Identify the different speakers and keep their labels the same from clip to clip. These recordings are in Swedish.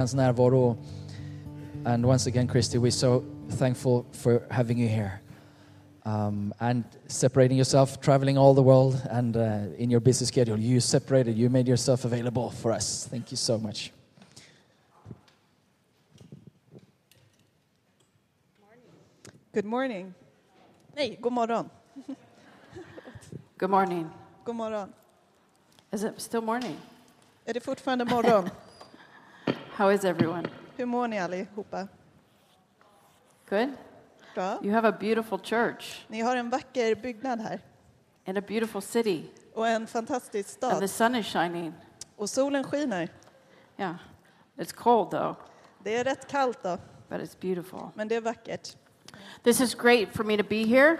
Speaker 1: hans närvaro. And once again, Christy, we're so thankful for having you here um, and separating yourself, traveling all the world, and uh, in your busy schedule. You separated, you made yourself available for us. Thank you so much.
Speaker 2: Good morning. Nej, god morgon.
Speaker 3: Good morning.
Speaker 2: God morgon.
Speaker 3: Is it still morning?
Speaker 2: Är det fortfarande morgon?
Speaker 3: How is everyone?
Speaker 2: Hur mår ni allihopa?
Speaker 3: Good?
Speaker 2: Bra?
Speaker 3: You have a beautiful church
Speaker 2: Ni har en vacker byggnad här
Speaker 3: and a beautiful city,
Speaker 2: och en fantastisk
Speaker 3: and the
Speaker 2: stad.
Speaker 3: sun is shining.
Speaker 2: Och solen skiner.
Speaker 3: Yeah. It's cold though,
Speaker 2: Det är rätt kallt då,
Speaker 3: but it's beautiful.
Speaker 2: men det är vackert.
Speaker 3: This is great for me to be here.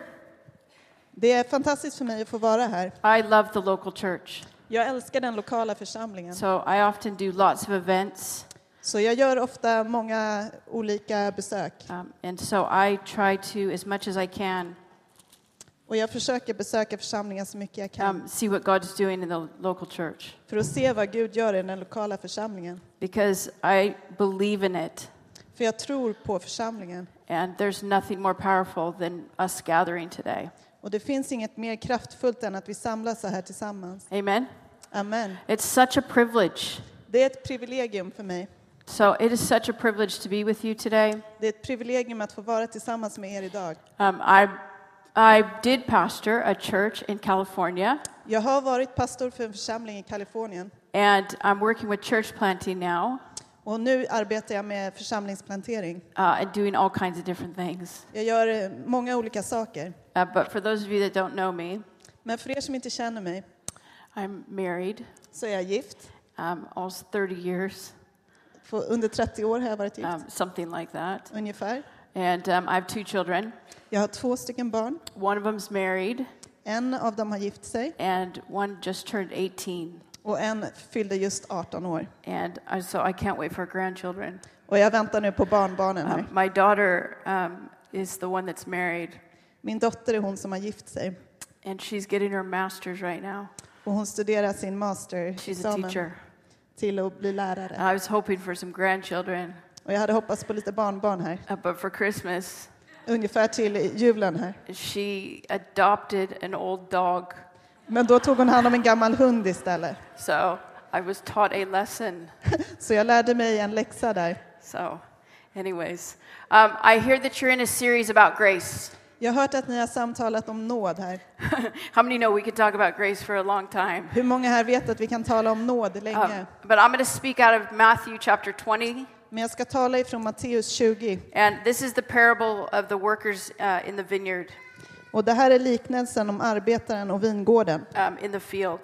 Speaker 2: Det är fantastiskt för mig att få vara här.
Speaker 3: I love the local church.
Speaker 2: Jag älskar den lokala församlingen.
Speaker 3: So I often do lots of events,
Speaker 2: Så jag gör ofta många olika besök.
Speaker 3: um, and so I try to, as much as I can,
Speaker 2: Och jag försöker besöka församlingen så mycket jag kan
Speaker 3: um, see what God's doing in the local church
Speaker 2: för att se vad Gud gör i den lokala församlingen.
Speaker 3: because I believe in it.
Speaker 2: För jag tror på församlingen.
Speaker 3: And there's nothing more powerful than us gathering today.
Speaker 2: Och det finns inget mer kraftfullt än att vi samlas så här tillsammans.
Speaker 3: Amen.
Speaker 2: Amen.
Speaker 3: It's such a privilege.
Speaker 2: Det är ett privilegium för mig.
Speaker 3: So it is such a privilege to be with you today.
Speaker 2: Det är ett privilegium att få vara tillsammans med er idag.
Speaker 3: Um, I, I did pastor a church in California,
Speaker 2: Jag har varit pastor för en församling i Kalifornien
Speaker 3: and I'm working with church planting now
Speaker 2: och nu arbetar jag med församlingsplantering.
Speaker 3: uh, and doing all kinds of different things.
Speaker 2: Jag gör eh, många olika saker.
Speaker 3: Uh, but for those of you that don't know me,
Speaker 2: Men för er som inte känner mig
Speaker 3: I'm married
Speaker 2: så är jag gift.
Speaker 3: um, almost 30 years,
Speaker 2: För under 30 år har jag varit gift,
Speaker 3: um, something like that.
Speaker 2: ungefär.
Speaker 3: And um, I have two children.
Speaker 2: Jag har två stycken barn.
Speaker 3: One of them's married,
Speaker 2: En av dem har gift sig
Speaker 3: and one just turned 18.
Speaker 2: och en fyllde just 18 år.
Speaker 3: And I, so I can't wait for grandchildren.
Speaker 2: Och jag väntar nu på barnbarnen här.
Speaker 3: Um, my daughter um, is the one that's married,
Speaker 2: Min dotter är hon som har gift sig
Speaker 3: and she's getting her master's right now.
Speaker 2: och hon studerar sin
Speaker 3: She's a
Speaker 2: masterexamen
Speaker 3: teacher.
Speaker 2: till att bli lärare.
Speaker 3: I was hoping for some grandchildren,
Speaker 2: Och jag hade hoppats på lite barnbarn här.
Speaker 3: uh, but for Christmas,
Speaker 2: Ungefär till julen här.
Speaker 3: she adopted an old dog.
Speaker 2: Men då tog hon hand om en gammal hund istället.
Speaker 3: So I was taught a lesson.
Speaker 2: Så jag lärde mig en läxa där.
Speaker 3: So, anyways, um, I hear that you're in a series about grace.
Speaker 2: Jag har hört att ni har samtalat om nåd här.
Speaker 3: How many know we could talk about grace for a long time?
Speaker 2: Hur många här vet att vi kan tala om nåd
Speaker 3: Um,
Speaker 2: länge?
Speaker 3: but I'm going to speak out of Matthew chapter 20.
Speaker 2: Men jag ska tala ifrån Matteus 20.
Speaker 3: And this is the parable of the workers uh, in the vineyard,
Speaker 2: Och det här är liknelsen om arbetaren och vingården.
Speaker 3: um, in the field.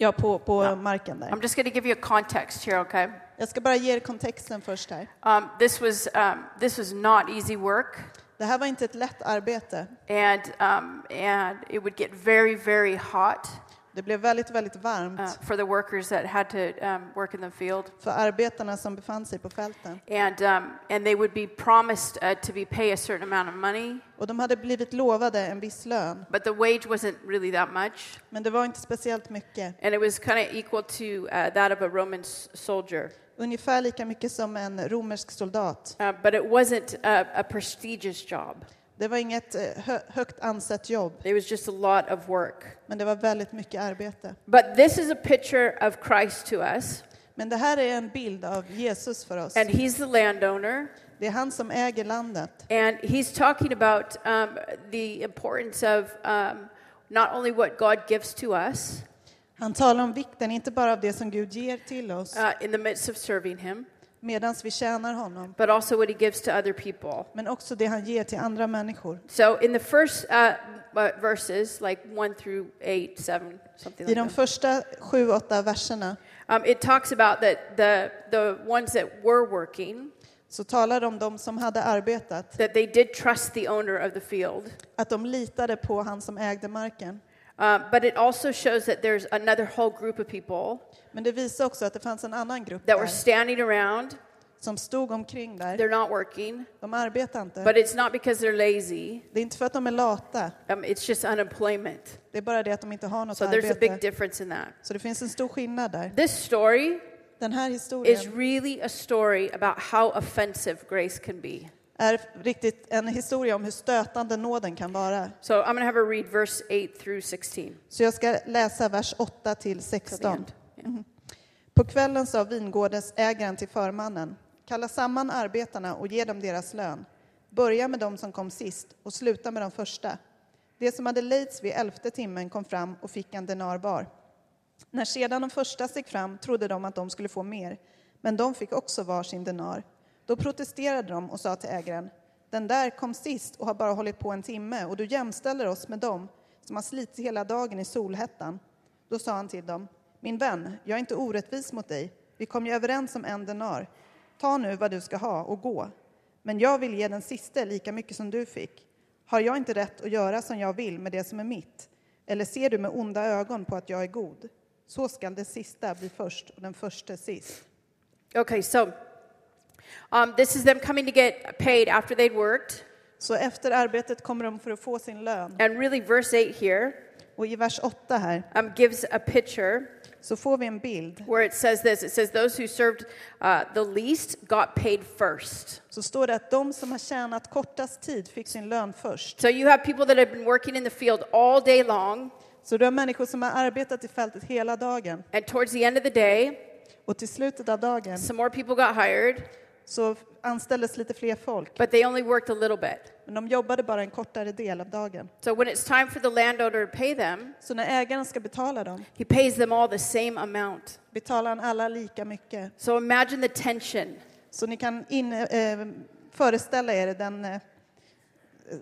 Speaker 2: Ja, på, på marken där.
Speaker 3: I'm just going to give you a context here, okay?
Speaker 2: Jag ska bara ge er kontexten först här.
Speaker 3: Um, this, was, um, this was not easy work,
Speaker 2: Det här var inte ett lätt arbete.
Speaker 3: and, um, and it would get very, very hot
Speaker 2: Det blev väldigt, väldigt
Speaker 3: uh,
Speaker 2: varmt
Speaker 3: for the workers that had to um, work in the field.
Speaker 2: för arbetarna som befann sig på fälten.
Speaker 3: And, um, and they would be promised uh, to be pay a certain amount of money,
Speaker 2: Och de hade blivit lovade en viss lön,
Speaker 3: but the wage wasn't really that much.
Speaker 2: men det var inte speciellt mycket.
Speaker 3: And it was kind of equal to uh, that of a Roman s- soldier.
Speaker 2: Ungefär lika mycket som en romersk soldat.
Speaker 3: Uh, but it wasn't a, a prestigious job.
Speaker 2: Det var inget eh, hö högt ansett jobb,
Speaker 3: It was just a lot of work.
Speaker 2: men det var väldigt mycket arbete.
Speaker 3: But this is a picture of Christ to us,
Speaker 2: Men det här är en bild av Jesus för oss.
Speaker 3: and he's the landowner,
Speaker 2: Det är han som äger landet.
Speaker 3: and he's talking about um, the importance of um, not only what God gives to us
Speaker 2: Han talar om vikten, inte bara av det som Gud ger till oss
Speaker 3: uh, in the midst of serving him,
Speaker 2: medan vi tjänar honom,
Speaker 3: but also what he gives to other people.
Speaker 2: men också det han ger till andra människor.
Speaker 3: So in the first uh, uh, verses, like 1 through 8, 7, something
Speaker 2: I
Speaker 3: like
Speaker 2: de
Speaker 3: that.
Speaker 2: första sju, åtta verserna
Speaker 3: Um, it talks about that the, the ones that were working,
Speaker 2: så talar de om de som hade arbetat,
Speaker 3: that they did trust the owner of the field.
Speaker 2: att de litade på han som ägde marken.
Speaker 3: Uh, but it also shows that there's another whole group of people
Speaker 2: Men det visar också att det fanns en annan grupp
Speaker 3: that were
Speaker 2: där,
Speaker 3: standing around.
Speaker 2: som stod omkring där.
Speaker 3: They're not working,
Speaker 2: De arbetade inte.
Speaker 3: but it's not because they're lazy.
Speaker 2: Det är inte för att de är lata,
Speaker 3: Um, it's just unemployment.
Speaker 2: det är bara det att de inte har något
Speaker 3: So there's a big
Speaker 2: arbete.
Speaker 3: difference in that.
Speaker 2: Så det finns en stor skillnad där.
Speaker 3: This story
Speaker 2: Den här
Speaker 3: is
Speaker 2: historien
Speaker 3: really a story about how offensive grace can be.
Speaker 2: är riktigt en historia om hur stötande nåden kan vara.
Speaker 3: So I'm going to have her read verse 8 through 16.
Speaker 2: Så jag ska läsa vers 8 till
Speaker 3: till the
Speaker 2: 16.
Speaker 3: end. Yeah.
Speaker 2: På kvällen sa vingårdens ägaren till förmannen, kalla samman arbetarna och ge dem deras lön. Börja med dem som kom sist och sluta med de första. Det som hade lejts vid elfte timmen kom fram och fick en denar var. När sedan de första steg fram trodde de att de skulle få mer, men de fick också var sin denar. Då protesterade de och sa till ägaren, den där kom sist och har bara hållit på en timme och du jämställer oss med dem som har slitit hela dagen i solhettan. Då sa han till dem, min vän, jag är inte orättvis mot dig. Vi kom ju överens om en denar. Ta nu vad du ska ha och gå. Men jag vill ge den siste lika mycket som du fick. Har jag inte rätt att göra som jag vill med det som är mitt? Eller ser du med onda ögon på att jag är god? Så skall det sista bli först och den första sist.
Speaker 3: Okay, so um, this is them coming to get paid after they'd worked.
Speaker 2: Så efter arbetet kommer de för att få sin lön.
Speaker 3: And really, verse 8 here
Speaker 2: Och i vers 8 här
Speaker 3: um, gives a picture
Speaker 2: så får vi en bild.
Speaker 3: where it says this it says, Those who served uh, the least got paid first.
Speaker 2: Så står det att de som har tjänat kortast tid fick sin lön först.
Speaker 3: So you have people that have been working in the field all day long,
Speaker 2: Så du har människor som har arbetat i fältet hela dagen
Speaker 3: and towards the end of the day,
Speaker 2: och till slutet av dagen
Speaker 3: some more people got hired,
Speaker 2: så anställdes lite fler folk.
Speaker 3: but they only worked a little bit.
Speaker 2: Men de jobbade bara en kortare del av dagen.
Speaker 3: So when it's time for the landowner to pay them,
Speaker 2: Så när ägaren ska betala dem
Speaker 3: he pays them all the same amount.
Speaker 2: betalar han alla lika mycket.
Speaker 3: So imagine the tension.
Speaker 2: Så ni kan in, eh, föreställa er den eh,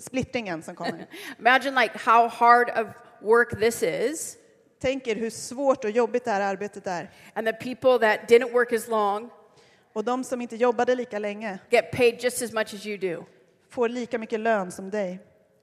Speaker 2: splittringen som kommer.
Speaker 3: Imagine like how hard of work this is,
Speaker 2: Tänk er hur svårt och jobbigt det här arbetet är.
Speaker 3: and the people that didn't work as long
Speaker 2: Och de som inte jobbade lika länge
Speaker 3: get paid just as much as you do.
Speaker 2: får lika mycket lön som dig.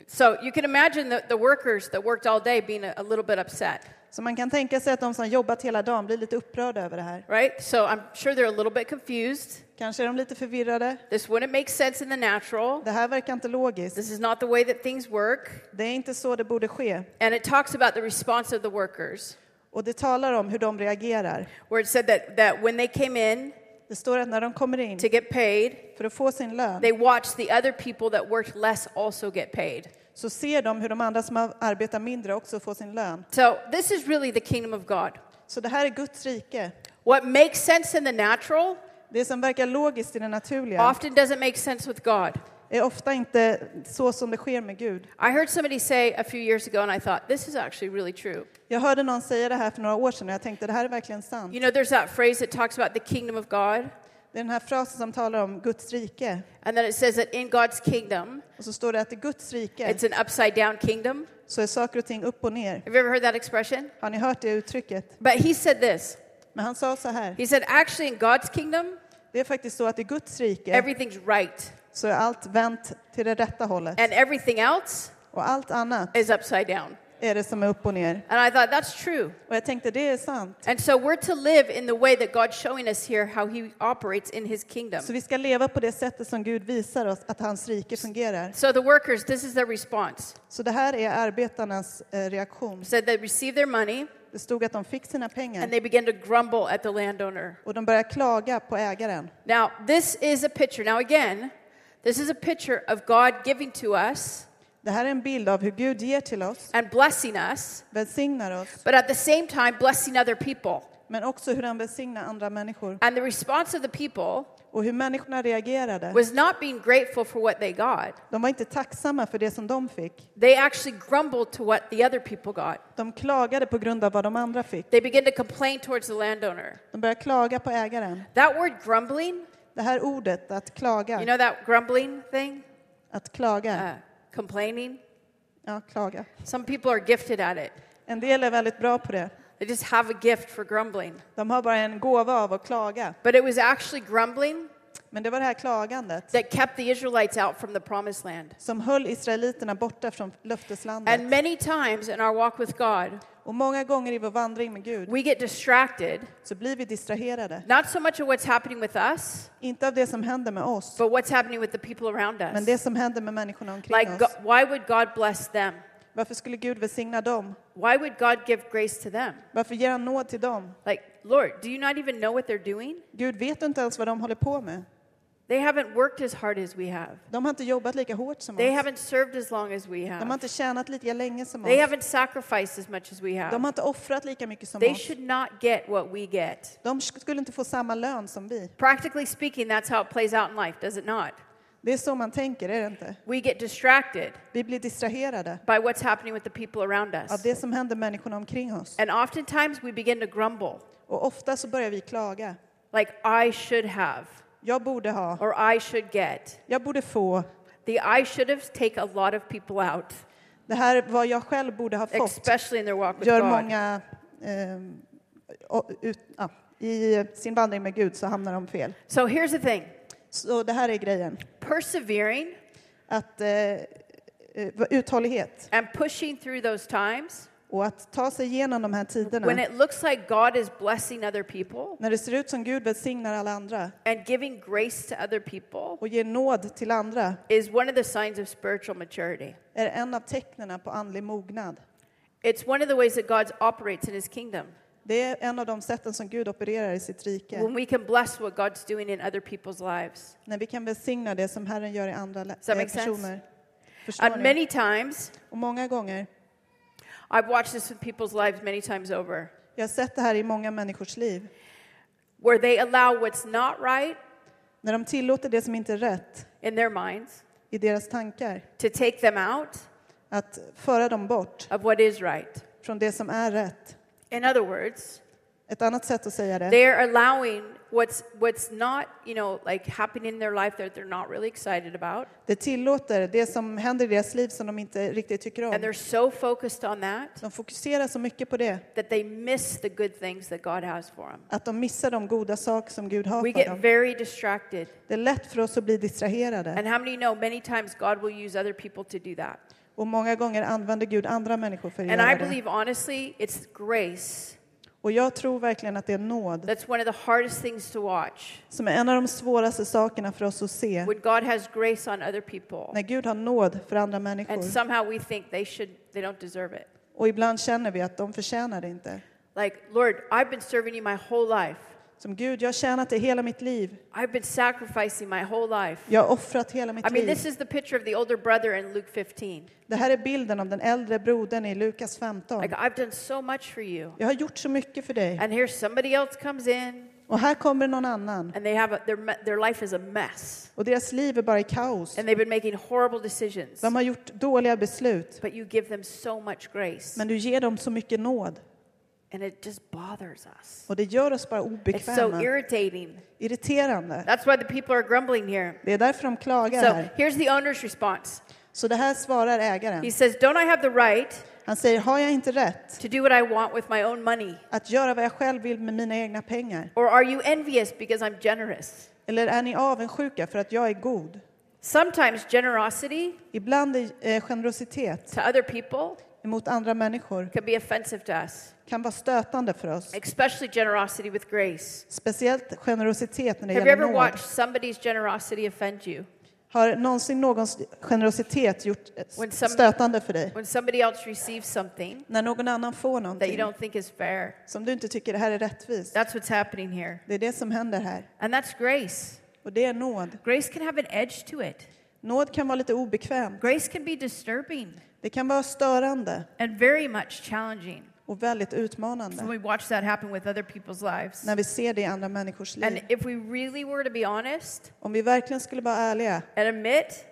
Speaker 3: So you can imagine the, the workers that worked all day being a, a little bit upset,
Speaker 2: Så man kan tänka sig att de som jobbat hela dagen blir lite upprörda över det här.
Speaker 3: right? So I'm sure they're a little bit confused.
Speaker 2: Kanske är de lite förvirrade.
Speaker 3: This wouldn't make sense in the natural.
Speaker 2: Det här verkar inte logiskt.
Speaker 3: This is not the way that things work.
Speaker 2: Det är inte så det borde ske.
Speaker 3: And it talks about the response of the workers,
Speaker 2: Och det talar om hur de reagerar.
Speaker 3: where it said that, that when they came in
Speaker 2: Det står att när de kommer in
Speaker 3: to get paid,
Speaker 2: för att få sin lön
Speaker 3: they watched the other people that worked less also get paid.
Speaker 2: så ser de hur de andra som har- arbetar mindre också får sin lön.
Speaker 3: So this is really the kingdom of God.
Speaker 2: Så det här är Guds rike.
Speaker 3: What makes sense in the natural
Speaker 2: Det som verkar logiskt i det naturliga
Speaker 3: often doesn't make sense with God.
Speaker 2: är ofta inte så som det sker med Gud.
Speaker 3: I heard somebody say a few years ago, and I thought, this is actually really true.
Speaker 2: Jag hörde någon säga det här för några år sedan och jag tänkte det här är verkligen sant.
Speaker 3: You know, there's that phrase that talks about the kingdom of God,
Speaker 2: Det är den här frasen som talar om Guds rike.
Speaker 3: and then it says that in God's kingdom,
Speaker 2: Och så står det att i Guds rike
Speaker 3: it's an upside down kingdom.
Speaker 2: så är saker och ting upp och ner.
Speaker 3: Have you ever heard that expression?
Speaker 2: Har ni hört det uttrycket?
Speaker 3: But he said this.
Speaker 2: Men han sa så här.
Speaker 3: He said, actually, in God's kingdom,
Speaker 2: Det är faktiskt så att i Guds rike
Speaker 3: everything's right,
Speaker 2: så är allt vänt till det rätta hållet.
Speaker 3: and everything else
Speaker 2: Och allt annat
Speaker 3: is upside down.
Speaker 2: är det som är upp och ner.
Speaker 3: And I thought, that's true.
Speaker 2: Och jag tänkte det är sant.
Speaker 3: And so we're to live in the way that God's showing us here how he operates in his kingdom.
Speaker 2: Så vi ska leva på det sättet som Gud visar oss att hans rike fungerar.
Speaker 3: So the workers, this is their response.
Speaker 2: Så det här är arbetarnas eh, reaktion.
Speaker 3: Said they received their money
Speaker 2: Det stod att de fick sina pengar
Speaker 3: and they began to grumble at the landowner.
Speaker 2: och de började klaga på ägaren.
Speaker 3: Now, this is a picture. Now, again, this is a picture of God giving to us
Speaker 2: Det här är en bild av hur Gud ger till oss,
Speaker 3: and blessing us,
Speaker 2: välsignar oss,
Speaker 3: but at the same time, blessing other people.
Speaker 2: men också hur han välsignar andra människor.
Speaker 3: And the response of the people
Speaker 2: Och hur människorna reagerade.
Speaker 3: was not being grateful for what they got,
Speaker 2: De var inte tacksamma för det som de fick.
Speaker 3: they actually grumbled to what the other people got.
Speaker 2: De klagade på grund av vad de andra fick.
Speaker 3: They began to complain towards the landowner.
Speaker 2: De började klaga på ägaren.
Speaker 3: That word grumbling,
Speaker 2: Det här ordet, att
Speaker 3: you
Speaker 2: klaga,
Speaker 3: know that grumbling thing?
Speaker 2: att klaga,
Speaker 3: Uh, complaining.
Speaker 2: ja, klaga.
Speaker 3: Some people are gifted at it.
Speaker 2: En del är väldigt bra på det.
Speaker 3: They just have a gift for grumbling.
Speaker 2: De har bara en gåva av att klaga.
Speaker 3: But it was actually grumbling
Speaker 2: Men det var det här klagandet
Speaker 3: that kept the Israelites out from the promised land.
Speaker 2: som höll israeliterna borta från löfteslandet.
Speaker 3: And many times in our walk with God,
Speaker 2: Och många gånger i vår vandring med Gud
Speaker 3: we get distracted,
Speaker 2: så blir vi distraherade.
Speaker 3: not so much of what's happening with us,
Speaker 2: Inte av det som händer med oss,
Speaker 3: but what's happening with the people around
Speaker 2: men
Speaker 3: us.
Speaker 2: det som händer med människorna omkring
Speaker 3: Like,
Speaker 2: oss.
Speaker 3: go- why would God bless them?
Speaker 2: Varför skulle Gud välsigna dem?
Speaker 3: Why would God give grace to them?
Speaker 2: Varför ger han nåd till dem?
Speaker 3: Like, Lord, do you not even know what they're doing?
Speaker 2: Gud vet inte ens vad de håller på med.
Speaker 3: They haven't worked as hard as we have.
Speaker 2: De har inte jobbat lika hårt som
Speaker 3: They
Speaker 2: oss.
Speaker 3: haven't served as long as we
Speaker 2: De har
Speaker 3: have.
Speaker 2: inte tjänat lika länge som
Speaker 3: They
Speaker 2: oss.
Speaker 3: haven't sacrificed as much as we
Speaker 2: De
Speaker 3: have.
Speaker 2: har inte offrat lika mycket som
Speaker 3: They
Speaker 2: oss.
Speaker 3: should not get what we get.
Speaker 2: De sk- skulle inte få samma lön som vi.
Speaker 3: Practically speaking, that's how it plays out in life, does it not?
Speaker 2: Det är så man tänker, är det inte?
Speaker 3: We get distracted
Speaker 2: Vi blir distraherade
Speaker 3: by what's happening with the people around
Speaker 2: av
Speaker 3: us.
Speaker 2: det som händer människorna omkring oss.
Speaker 3: And oftentimes we begin to grumble,
Speaker 2: Och ofta så börjar vi klaga.
Speaker 3: like, I should have,
Speaker 2: Jag borde ha,
Speaker 3: or I should get.
Speaker 2: jag borde få,
Speaker 3: The I should have take a lot of people out,
Speaker 2: det här är vad jag själv borde ha fått.
Speaker 3: especially in their walk with
Speaker 2: Gör
Speaker 3: God.
Speaker 2: många... ehm, o- ut, ja, I sin vandring med Gud så hamnar de fel.
Speaker 3: So here's the thing
Speaker 2: Så det här är grejen.
Speaker 3: persevering
Speaker 2: Att eh, eh, uthållighet
Speaker 3: and pushing through those times
Speaker 2: och att ta sig igenom de här tiderna.
Speaker 3: when it looks like God is blessing other people
Speaker 2: När det ser ut som Gud välsignar alla andra
Speaker 3: and giving grace to other people
Speaker 2: och ger nåd till andra
Speaker 3: is one of the signs of spiritual maturity.
Speaker 2: är en av tecknena på andlig mognad.
Speaker 3: It's one of the ways that God operates in his kingdom.
Speaker 2: Det är en av de sätten som Gud opererar i sitt rike.
Speaker 3: When we can bless what God's doing in other people's lives.
Speaker 2: När vi kan välsigna det som Herren gör i andra lä-
Speaker 3: Does that
Speaker 2: eh,
Speaker 3: make sense?
Speaker 2: personer. Förstår
Speaker 3: And
Speaker 2: ni?
Speaker 3: many times,
Speaker 2: Och många gånger,
Speaker 3: I've watched this with people's lives many times over,
Speaker 2: jag har sett det här i många människors liv.
Speaker 3: where they allow what's not right
Speaker 2: När de tillåter det som inte är rätt
Speaker 3: in their minds
Speaker 2: i deras tankar,
Speaker 3: to take them out
Speaker 2: att föra dem bort
Speaker 3: of what is right.
Speaker 2: från det som är rätt.
Speaker 3: In other words,
Speaker 2: Ett annat sätt att säga det,
Speaker 3: they're allowing what's what's not, you know, like happening in their life that they're not really excited about,
Speaker 2: det tillåter det som händer i deras liv som de inte riktigt tycker
Speaker 3: and
Speaker 2: om.
Speaker 3: they're so focused on that
Speaker 2: De fokuserar så mycket på det
Speaker 3: that they miss the good things that God has for them.
Speaker 2: att de missar de goda saker som Gud har
Speaker 3: We
Speaker 2: för
Speaker 3: get
Speaker 2: dem.
Speaker 3: very distracted.
Speaker 2: Det är lätt för oss att bli distraherade
Speaker 3: And how many know many times God will use other people to do that?
Speaker 2: och många gånger använder Gud andra människor för att
Speaker 3: And I
Speaker 2: göra det.
Speaker 3: believe, honestly, it's grace
Speaker 2: Och jag tror verkligen att det är nåd
Speaker 3: that's one of the hardest things to watch.
Speaker 2: som är en av de svåraste sakerna för oss att se.
Speaker 3: When God has grace on other people,
Speaker 2: När Gud har nåd för andra
Speaker 3: and
Speaker 2: människor
Speaker 3: somehow we think they should, they don't deserve it.
Speaker 2: och ibland känner vi att de förtjänar det inte.
Speaker 3: Like, Lord, I've been serving you my whole life.
Speaker 2: Som Gud, jag har tjänat dig hela mitt liv.
Speaker 3: I've been sacrificing my whole life.
Speaker 2: Jag har offrat hela
Speaker 3: I
Speaker 2: mitt
Speaker 3: mean,
Speaker 2: liv.
Speaker 3: this is the picture of the older brother in Luke 15.
Speaker 2: Det här är bilden av den äldre brodern i Lukas 15.
Speaker 3: Like, I've done so much for you.
Speaker 2: Jag har gjort så mycket för dig.
Speaker 3: And here somebody else comes in,
Speaker 2: Och här kommer någon annan.
Speaker 3: and they have a, their, me- their life is a mess.
Speaker 2: Och deras liv är bara i kaos.
Speaker 3: And they've been making horrible decisions.
Speaker 2: De har gjort dåliga beslut.
Speaker 3: But you give them so much grace.
Speaker 2: Men du ger dem så mycket nåd.
Speaker 3: And it just bothers us.
Speaker 2: Och det gör oss bara
Speaker 3: It's so
Speaker 2: obekväma.
Speaker 3: irritating.
Speaker 2: Irriterande.
Speaker 3: That's why the people are grumbling here.
Speaker 2: Det är därför de klagar
Speaker 3: So
Speaker 2: här.
Speaker 3: here's the owner's response
Speaker 2: Så det här svarar
Speaker 3: He
Speaker 2: ägaren.
Speaker 3: says, Don't I have the right
Speaker 2: Han säger, har jag inte rätt
Speaker 3: to do what I want with my own money?
Speaker 2: att göra vad jag själv vill med mina egna pengar?
Speaker 3: Or are you envious because I'm generous?
Speaker 2: Eller är ni avundsjuka för att jag är god?
Speaker 3: Sometimes generosity
Speaker 2: Ibland är eh, generositet
Speaker 3: to other people
Speaker 2: mot andra människor
Speaker 3: can be offensive to us,
Speaker 2: kan vara stötande för oss.
Speaker 3: especially generosity with grace.
Speaker 2: Speciellt generositet när det
Speaker 3: Have you ever
Speaker 2: gäller nåd.
Speaker 3: watched somebody's generosity offend you?
Speaker 2: Har någonsin någons generositet gjort eh,
Speaker 3: When some-
Speaker 2: stötande för dig?
Speaker 3: When somebody else receives something
Speaker 2: När någon annan får
Speaker 3: that you
Speaker 2: någonting
Speaker 3: don't think is fair,
Speaker 2: som du inte tycker det här är rättvist.
Speaker 3: that's what's happening here.
Speaker 2: Det är det som händer här.
Speaker 3: And that's grace.
Speaker 2: Och det är nåd.
Speaker 3: Grace can have an edge to it.
Speaker 2: Nåd kan vara lite obekväm.
Speaker 3: Grace can be disturbing
Speaker 2: Det kan vara störande
Speaker 3: and very much challenging
Speaker 2: och väldigt
Speaker 3: when
Speaker 2: utmanande
Speaker 3: we watch that happen with other people's lives.
Speaker 2: när vi ser det i andra människors liv.
Speaker 3: And if we really were to be honest
Speaker 2: Om vi verkligen skulle vara ärliga
Speaker 3: and admit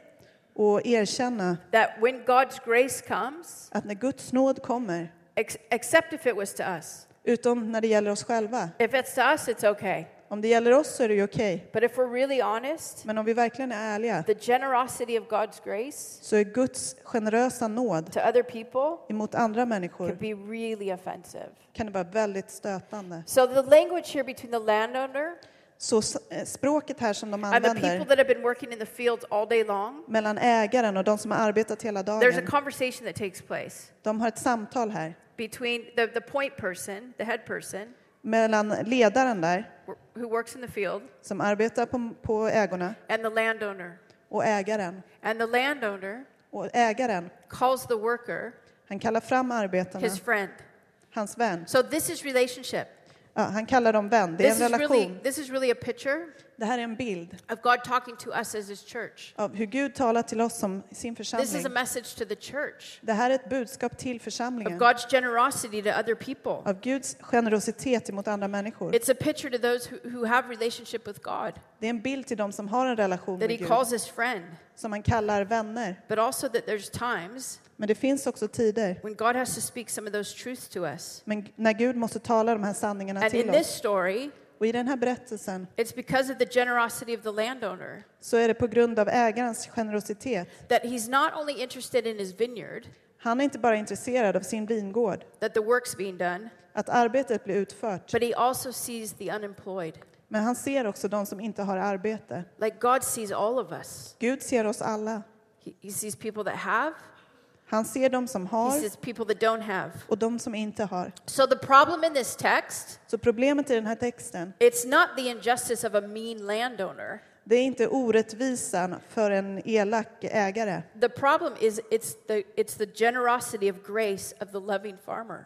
Speaker 2: och erkänna
Speaker 3: that when God's grace comes,
Speaker 2: att när Guds nåd kommer,
Speaker 3: ex- except if it was to us,
Speaker 2: utom när det gäller oss själva,
Speaker 3: if it's to us, it's okay.
Speaker 2: om det gäller oss så är det ju okej.
Speaker 3: But if we're really honest,
Speaker 2: Men om vi verkligen är ärliga
Speaker 3: the generosity of God's grace
Speaker 2: så är Guds generösa nåd
Speaker 3: to other people
Speaker 2: emot andra
Speaker 3: can
Speaker 2: människor
Speaker 3: be really offensive.
Speaker 2: kan det vara väldigt stötande.
Speaker 3: So the language here between the landowner
Speaker 2: Så s- eh, språket här som de
Speaker 3: and the people
Speaker 2: använder
Speaker 3: that have been working in the fields all day long,
Speaker 2: mellan ägaren och de som har arbetat hela
Speaker 3: there's a
Speaker 2: dagen,
Speaker 3: conversation that takes place
Speaker 2: de har ett samtal här
Speaker 3: between the, the point person, the head person,
Speaker 2: mellan ledaren där
Speaker 3: wh- who works in the field,
Speaker 2: som arbetar på, på ägorna
Speaker 3: and the landowner.
Speaker 2: och ägaren.
Speaker 3: And the landowner
Speaker 2: Och ägaren
Speaker 3: calls the worker
Speaker 2: Han kallar fram arbetarna,
Speaker 3: his friend.
Speaker 2: hans vän.
Speaker 3: So this is relationship.
Speaker 2: Ja, han kallar dem vän. Det är en
Speaker 3: This is really
Speaker 2: relation.
Speaker 3: this is really a picture
Speaker 2: Det här är en bild
Speaker 3: of God talking to us as his church.
Speaker 2: av hur Gud talar till oss som sin
Speaker 3: This is a
Speaker 2: församling.
Speaker 3: message to the church
Speaker 2: Det här är ett budskap till
Speaker 3: of
Speaker 2: församlingen
Speaker 3: God's generosity to other people.
Speaker 2: av Guds generositet mot andra människor.
Speaker 3: It's a picture to those who, who have relationship with God
Speaker 2: Det är en bild till dem som har en relation
Speaker 3: that
Speaker 2: med
Speaker 3: he
Speaker 2: Gud,
Speaker 3: calls his friend,
Speaker 2: som man kallar vänner.
Speaker 3: but also that there's times
Speaker 2: Men det finns också tider
Speaker 3: when God has to speak some of those truths to us.
Speaker 2: men när Gud måste tala de här sanningarna
Speaker 3: And in
Speaker 2: till
Speaker 3: this
Speaker 2: oss.
Speaker 3: story,
Speaker 2: Och i den här berättelsen
Speaker 3: it's because of the generosity of the landowner
Speaker 2: så är det på grund av ägarens generositet.
Speaker 3: that he's not only interested in his vineyard,
Speaker 2: Han är inte bara intresserad av sin vingård,
Speaker 3: that the work's being done,
Speaker 2: att arbetet blir utfört,
Speaker 3: but he also sees the unemployed.
Speaker 2: men han ser också de som inte har arbete.
Speaker 3: Like God sees all of us.
Speaker 2: Gud ser oss alla.
Speaker 3: He, he sees people that have,
Speaker 2: Han ser de som
Speaker 3: he
Speaker 2: har
Speaker 3: sees people that don't have.
Speaker 2: och de som inte har.
Speaker 3: So the problem in this text,
Speaker 2: Så problemet i den här texten,
Speaker 3: it's not the injustice of a mean landowner.
Speaker 2: det är inte orättvisan för en elak ägare.
Speaker 3: The problem is it's the, it's the generosity of grace of the loving farmer.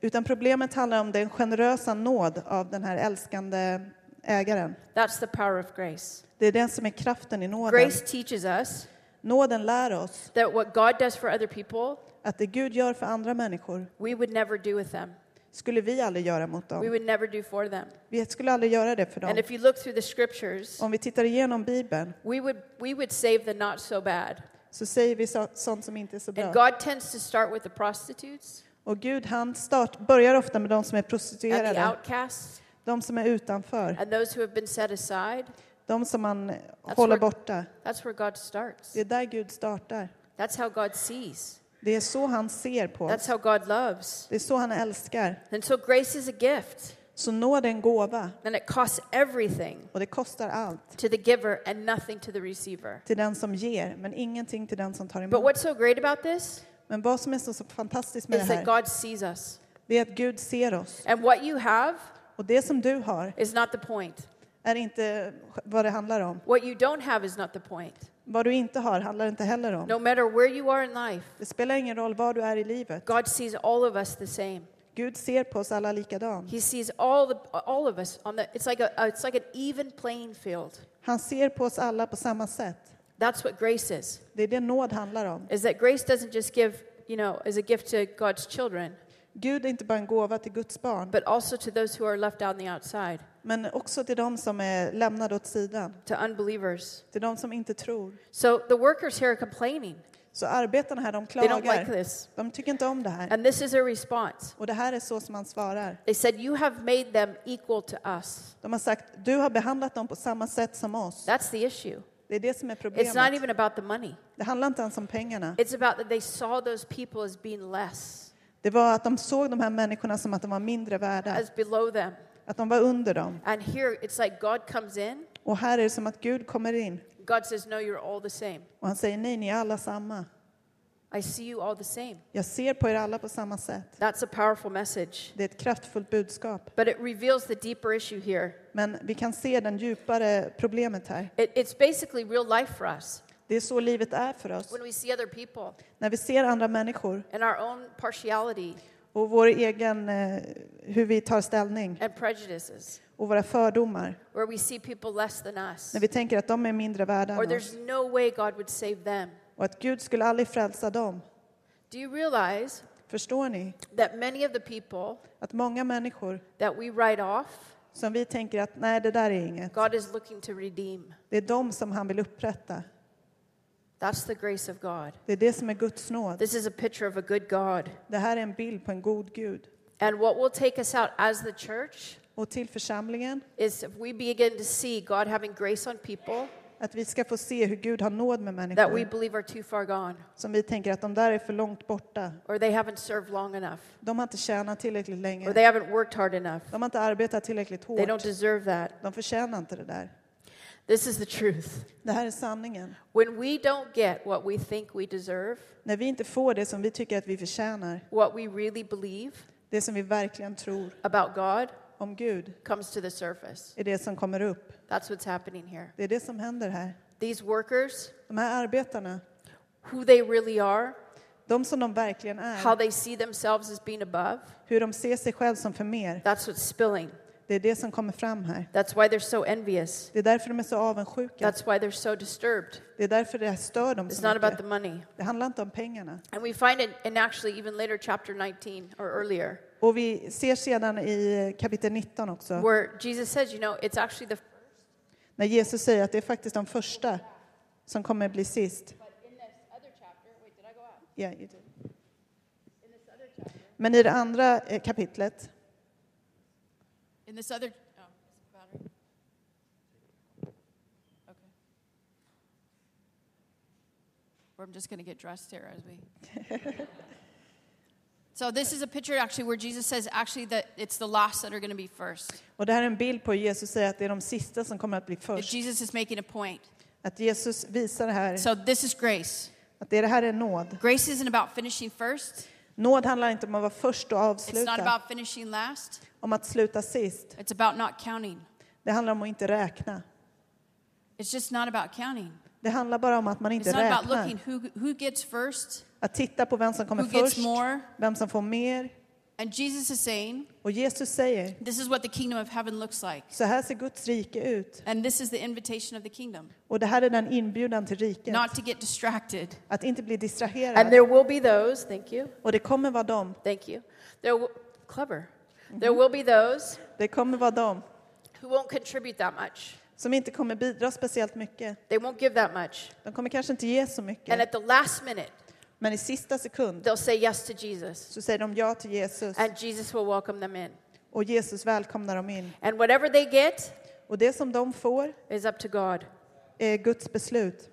Speaker 2: Utan problemet handlar om den generösa nåd av den här älskande ägaren.
Speaker 3: That's the power of grace.
Speaker 2: Det är den som är kraften i nåden.
Speaker 3: Grace teaches us
Speaker 2: Nåden lär oss
Speaker 3: that what God does for other people,
Speaker 2: att det Gud gör för andra människor
Speaker 3: we would never do with them.
Speaker 2: skulle vi aldrig göra mot
Speaker 3: We
Speaker 2: dem.
Speaker 3: would never do for them.
Speaker 2: Vi skulle aldrig göra det för
Speaker 3: And
Speaker 2: dem.
Speaker 3: if you look through the scriptures,
Speaker 2: Om vi tittar igenom Bibeln
Speaker 3: we would we would save the not so bad.
Speaker 2: så säger vi så, sånt som inte är så
Speaker 3: And
Speaker 2: bra.
Speaker 3: God tends to start with the prostitutes
Speaker 2: Och Gud han start, börjar ofta med de som är
Speaker 3: and the
Speaker 2: prostituerade,
Speaker 3: outcasts
Speaker 2: de som är utanför,
Speaker 3: and those who have been set aside.
Speaker 2: de som man håller
Speaker 3: where-
Speaker 2: borta.
Speaker 3: That's where God starts.
Speaker 2: Det är där Gud startar.
Speaker 3: That's how God sees.
Speaker 2: Det är så han ser på
Speaker 3: That's
Speaker 2: oss.
Speaker 3: how God loves.
Speaker 2: Det är så han älskar.
Speaker 3: And so grace is a gift
Speaker 2: Så nåd är en gåva
Speaker 3: and it costs everything
Speaker 2: och det kostar allt
Speaker 3: to the giver and nothing to the receiver.
Speaker 2: till den som ger, men ingenting till den som tar
Speaker 3: But
Speaker 2: emot.
Speaker 3: what's so great about this
Speaker 2: Men vad som är så så fantastiskt med det
Speaker 3: is that
Speaker 2: här,
Speaker 3: God sees us.
Speaker 2: det är att Gud ser oss.
Speaker 3: And what you have
Speaker 2: Och det som du har
Speaker 3: is not the point.
Speaker 2: är inte vad det handlar om.
Speaker 3: What you don't have is not the point.
Speaker 2: Vad du inte har handlar inte heller om.
Speaker 3: No matter where you are in life,
Speaker 2: Det spelar ingen roll var du är i livet.
Speaker 3: God sees all of us the same.
Speaker 2: Gud ser på oss alla likadan.
Speaker 3: He sees all the all of us on the it's like a it's like an even playing field.
Speaker 2: Han ser på oss alla på samma sätt.
Speaker 3: That's what grace is.
Speaker 2: Det är det nåd handlar om.
Speaker 3: Is that grace doesn't just give, you know, as a gift to God's children,
Speaker 2: Gud är inte bara en gåva till Guds barn,
Speaker 3: but also to those who are left out on the outside,
Speaker 2: men också till de som är lämnade åt sidan,
Speaker 3: to unbelievers.
Speaker 2: till de som inte tror.
Speaker 3: So the workers here are complaining.
Speaker 2: Så arbetarna här, de
Speaker 3: They don't like
Speaker 2: klagar.
Speaker 3: this.
Speaker 2: De tycker inte om det här.
Speaker 3: And this is their response.
Speaker 2: Och det här är så som han svarar.
Speaker 3: They said, "You have made them equal to us."
Speaker 2: De har sagt, du har behandlat dem på samma sätt som oss.
Speaker 3: That's the issue.
Speaker 2: Det är det som är
Speaker 3: It's not
Speaker 2: problemet.
Speaker 3: even about the money.
Speaker 2: Det handlar inte ens om pengarna.
Speaker 3: It's about that they saw those people as being less,
Speaker 2: Det var att de såg de här människorna som att de var mindre värda,
Speaker 3: as below them.
Speaker 2: att de var under dem.
Speaker 3: And here it's like God comes in.
Speaker 2: Och här är det som att Gud kommer in
Speaker 3: God says, No, you're all the same.
Speaker 2: och han säger, nej, ni är alla samma.
Speaker 3: I see you all the same.
Speaker 2: Jag ser på er alla på samma sätt.
Speaker 3: That's a powerful message.
Speaker 2: Det är ett kraftfullt budskap.
Speaker 3: But it reveals the deeper issue here.
Speaker 2: Men vi kan se den djupare problemet här.
Speaker 3: It, it's basically real life for us
Speaker 2: Det är så livet är för oss.
Speaker 3: when we see other people
Speaker 2: När vi ser andra människor
Speaker 3: and our own partiality
Speaker 2: och vår egen, eh, hur vi tar ställning
Speaker 3: and prejudices,
Speaker 2: och våra fördomar.
Speaker 3: where we see people less than us,
Speaker 2: När vi tänker att de är mindre värda
Speaker 3: or
Speaker 2: än oss
Speaker 3: there's no way God would save them.
Speaker 2: och att Gud skulle aldrig frälsa dem.
Speaker 3: Do you realize
Speaker 2: Förstår ni?
Speaker 3: that many of the people
Speaker 2: Att många människor
Speaker 3: that we write off,
Speaker 2: som vi tänker att nej, det där är inget.
Speaker 3: God is looking to redeem?
Speaker 2: Det är de som han vill upprätta.
Speaker 3: That's the grace of God.
Speaker 2: Det är det som är Guds nåd.
Speaker 3: This is a picture of a good God.
Speaker 2: Det här är en bild på en god Gud.
Speaker 3: And what will take us out as the church
Speaker 2: Och till församlingen,
Speaker 3: is if we begin to see God having grace on people
Speaker 2: att vi ska få se hur Gud har nåd med
Speaker 3: that we
Speaker 2: människor
Speaker 3: believe are too far gone
Speaker 2: som vi tänker att de där är för långt borta.
Speaker 3: or they haven't served long enough
Speaker 2: De har inte tjänat tillräckligt
Speaker 3: or
Speaker 2: länge.
Speaker 3: they haven't worked hard enough.
Speaker 2: De har inte arbetat tillräckligt
Speaker 3: They
Speaker 2: hårt.
Speaker 3: don't deserve that.
Speaker 2: De förtjänar inte det där.
Speaker 3: This is the truth.
Speaker 2: Det här är sanningen.
Speaker 3: When we don't get what we think we deserve,
Speaker 2: När vi inte får det som vi tycker att vi förtjänar,
Speaker 3: what we really believe
Speaker 2: det som vi verkligen tror
Speaker 3: about God
Speaker 2: om Gud,
Speaker 3: comes to the surface.
Speaker 2: är det som kommer upp.
Speaker 3: That's what's happening here.
Speaker 2: Det är det som händer här.
Speaker 3: These workers,
Speaker 2: De här arbetarna,
Speaker 3: who they really are,
Speaker 2: de som de verkligen är,
Speaker 3: how they see themselves as being above.
Speaker 2: hur de ser sig själv som för mer.
Speaker 3: That's what's spilling.
Speaker 2: Det är det som kommer fram här.
Speaker 3: That's why they're so envious.
Speaker 2: Det är därför de är så avundsjuka.
Speaker 3: That's why they're so disturbed.
Speaker 2: Det är därför det här stör dem
Speaker 3: It's
Speaker 2: så
Speaker 3: not about
Speaker 2: mycket.
Speaker 3: the money.
Speaker 2: Det handlar inte om pengarna.
Speaker 3: And we find it in actually even later, chapter 19 or earlier,
Speaker 2: Och vi ser sedan i kapitel 19 också,
Speaker 3: where Jesus says, you know, it's actually the
Speaker 2: när Jesus säger att det är faktiskt de första som kommer bli sist. Yeah, you did. Men i det andra eh, kapitlet,
Speaker 4: In this other, oh, is it battery? Okay. Or I'm just going to get dressed here as we. so this is a picture actually where Jesus says actually that it's the last that are going to be first.
Speaker 2: och det här är en bild på hur Jesus säger att det är de sista som kommer att bli
Speaker 4: That
Speaker 2: först.
Speaker 4: Jesus is making a point.
Speaker 2: Att Jesus visar det här,
Speaker 4: So this is grace.
Speaker 2: att det det här är nåd.
Speaker 4: Grace isn't about finishing first.
Speaker 2: Nåd handlar inte om att vara först och
Speaker 4: It's not
Speaker 2: avsluta,
Speaker 4: about finishing last.
Speaker 2: om att sluta sist.
Speaker 4: It's about not counting.
Speaker 2: Det handlar om att inte räkna.
Speaker 4: It's just not about counting.
Speaker 2: Det handlar bara om att man
Speaker 4: It's
Speaker 2: inte
Speaker 4: not about looking
Speaker 2: räknar.
Speaker 4: who, who gets first.
Speaker 2: Att titta på vem som kommer
Speaker 4: who gets
Speaker 2: först,
Speaker 4: more.
Speaker 2: vem som får mer.
Speaker 4: And Jesus is saying,
Speaker 2: Och Jesus säger,
Speaker 4: this is what the kingdom of heaven looks like.
Speaker 2: så här ser Guds rike ut.
Speaker 4: And this is the invitation of the kingdom
Speaker 2: Och det här är den inbjudan till riket.
Speaker 4: not to get distracted.
Speaker 2: Att inte bli
Speaker 3: And
Speaker 2: distraherad.
Speaker 3: there will be those, thank you,
Speaker 2: Och det kommer vara dem.
Speaker 3: thank you. There will, clever.
Speaker 4: Mm-hmm.
Speaker 3: There will be those
Speaker 2: Det kommer vara dem
Speaker 3: who won't contribute that much.
Speaker 2: som inte kommer bidra speciellt mycket.
Speaker 3: They won't give that much.
Speaker 2: De kommer kanske inte ge så
Speaker 3: And
Speaker 2: mycket.
Speaker 3: at the last minute,
Speaker 2: Men i sista sekund
Speaker 3: they'll say yes to Jesus.
Speaker 2: så säger de ja till Jesus.
Speaker 3: And Jesus will welcome them in.
Speaker 2: Och Jesus välkomnar dem in.
Speaker 3: And whatever they get
Speaker 2: Och det som de får
Speaker 3: is up to God.
Speaker 2: är Guds beslut.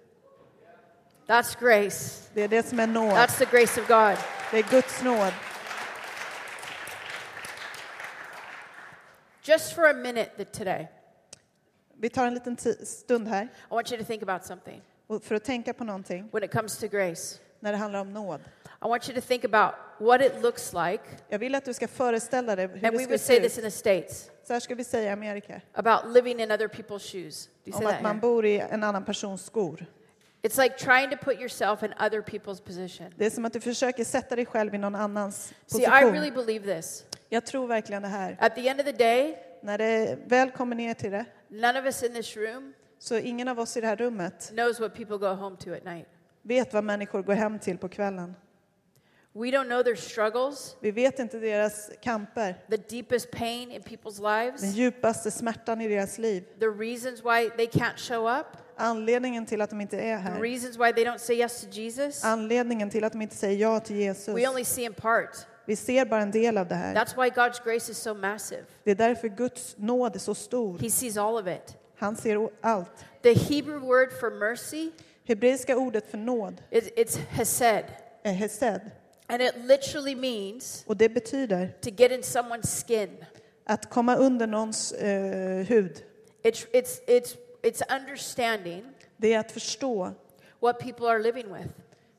Speaker 3: That's grace.
Speaker 2: Det är det som är nåd.
Speaker 3: That's the grace of God.
Speaker 2: Det är Guds nåd.
Speaker 3: Just for a minute th- today,
Speaker 2: Vi tar en liten ti- stund här
Speaker 3: I want you to think about something
Speaker 2: och- för att tänka på någonting
Speaker 3: when it comes to grace.
Speaker 2: när det handlar om nåd.
Speaker 3: I want you to think about what it looks like.
Speaker 2: Jag vill att du ska föreställa dig hur
Speaker 3: And we
Speaker 2: det
Speaker 3: would
Speaker 2: ska
Speaker 3: say
Speaker 2: se
Speaker 3: this
Speaker 2: ut.
Speaker 3: in the States
Speaker 2: Så här ska vi säga i Amerika.
Speaker 3: about living in other people's shoes. Do you say
Speaker 2: Om att
Speaker 3: that?
Speaker 2: man
Speaker 3: here?
Speaker 2: bor i en annan persons skor.
Speaker 3: It's like trying to put yourself in other people's position.
Speaker 2: Det är som att du försöker sätta dig själv i någon annans
Speaker 3: See, I
Speaker 2: position.
Speaker 3: really believe this.
Speaker 2: Jag tror verkligen det här.
Speaker 3: At the end of the day,
Speaker 2: När det väl kommer ner till det
Speaker 3: none of us in this room
Speaker 2: så ingen av oss i det här rummet
Speaker 3: knows what people go home to at night.
Speaker 2: vet vad människor går hem till på kvällen.
Speaker 3: We don't know their struggles,
Speaker 2: Vi vet inte deras kamper,
Speaker 3: the deepest pain in people's
Speaker 2: den
Speaker 3: lives,
Speaker 2: djupaste smärtan i deras liv,
Speaker 3: the reasons why they can't show up,
Speaker 2: anledningen till att de inte är
Speaker 3: the
Speaker 2: här,
Speaker 3: reasons why they don't say yes to Jesus.
Speaker 2: Uh, anledningen till att de inte säger ja till Jesus.
Speaker 3: We only see in part.
Speaker 2: Vi ser bara en del av det här.
Speaker 3: That's why God's grace is so massive.
Speaker 2: Det är därför Guds nåd är så stor.
Speaker 3: He sees all of it.
Speaker 2: Han ser o- allt.
Speaker 3: The Hebrew word for mercy
Speaker 2: Hebreiska ordet för nåd
Speaker 3: is it's hesed,
Speaker 2: är hesed
Speaker 3: and it literally means
Speaker 2: och det betyder
Speaker 3: to get in someone's skin.
Speaker 2: Att komma under någons eh, hud,
Speaker 3: It's it's it's it's understanding
Speaker 2: det är att förstå
Speaker 3: what people are living with,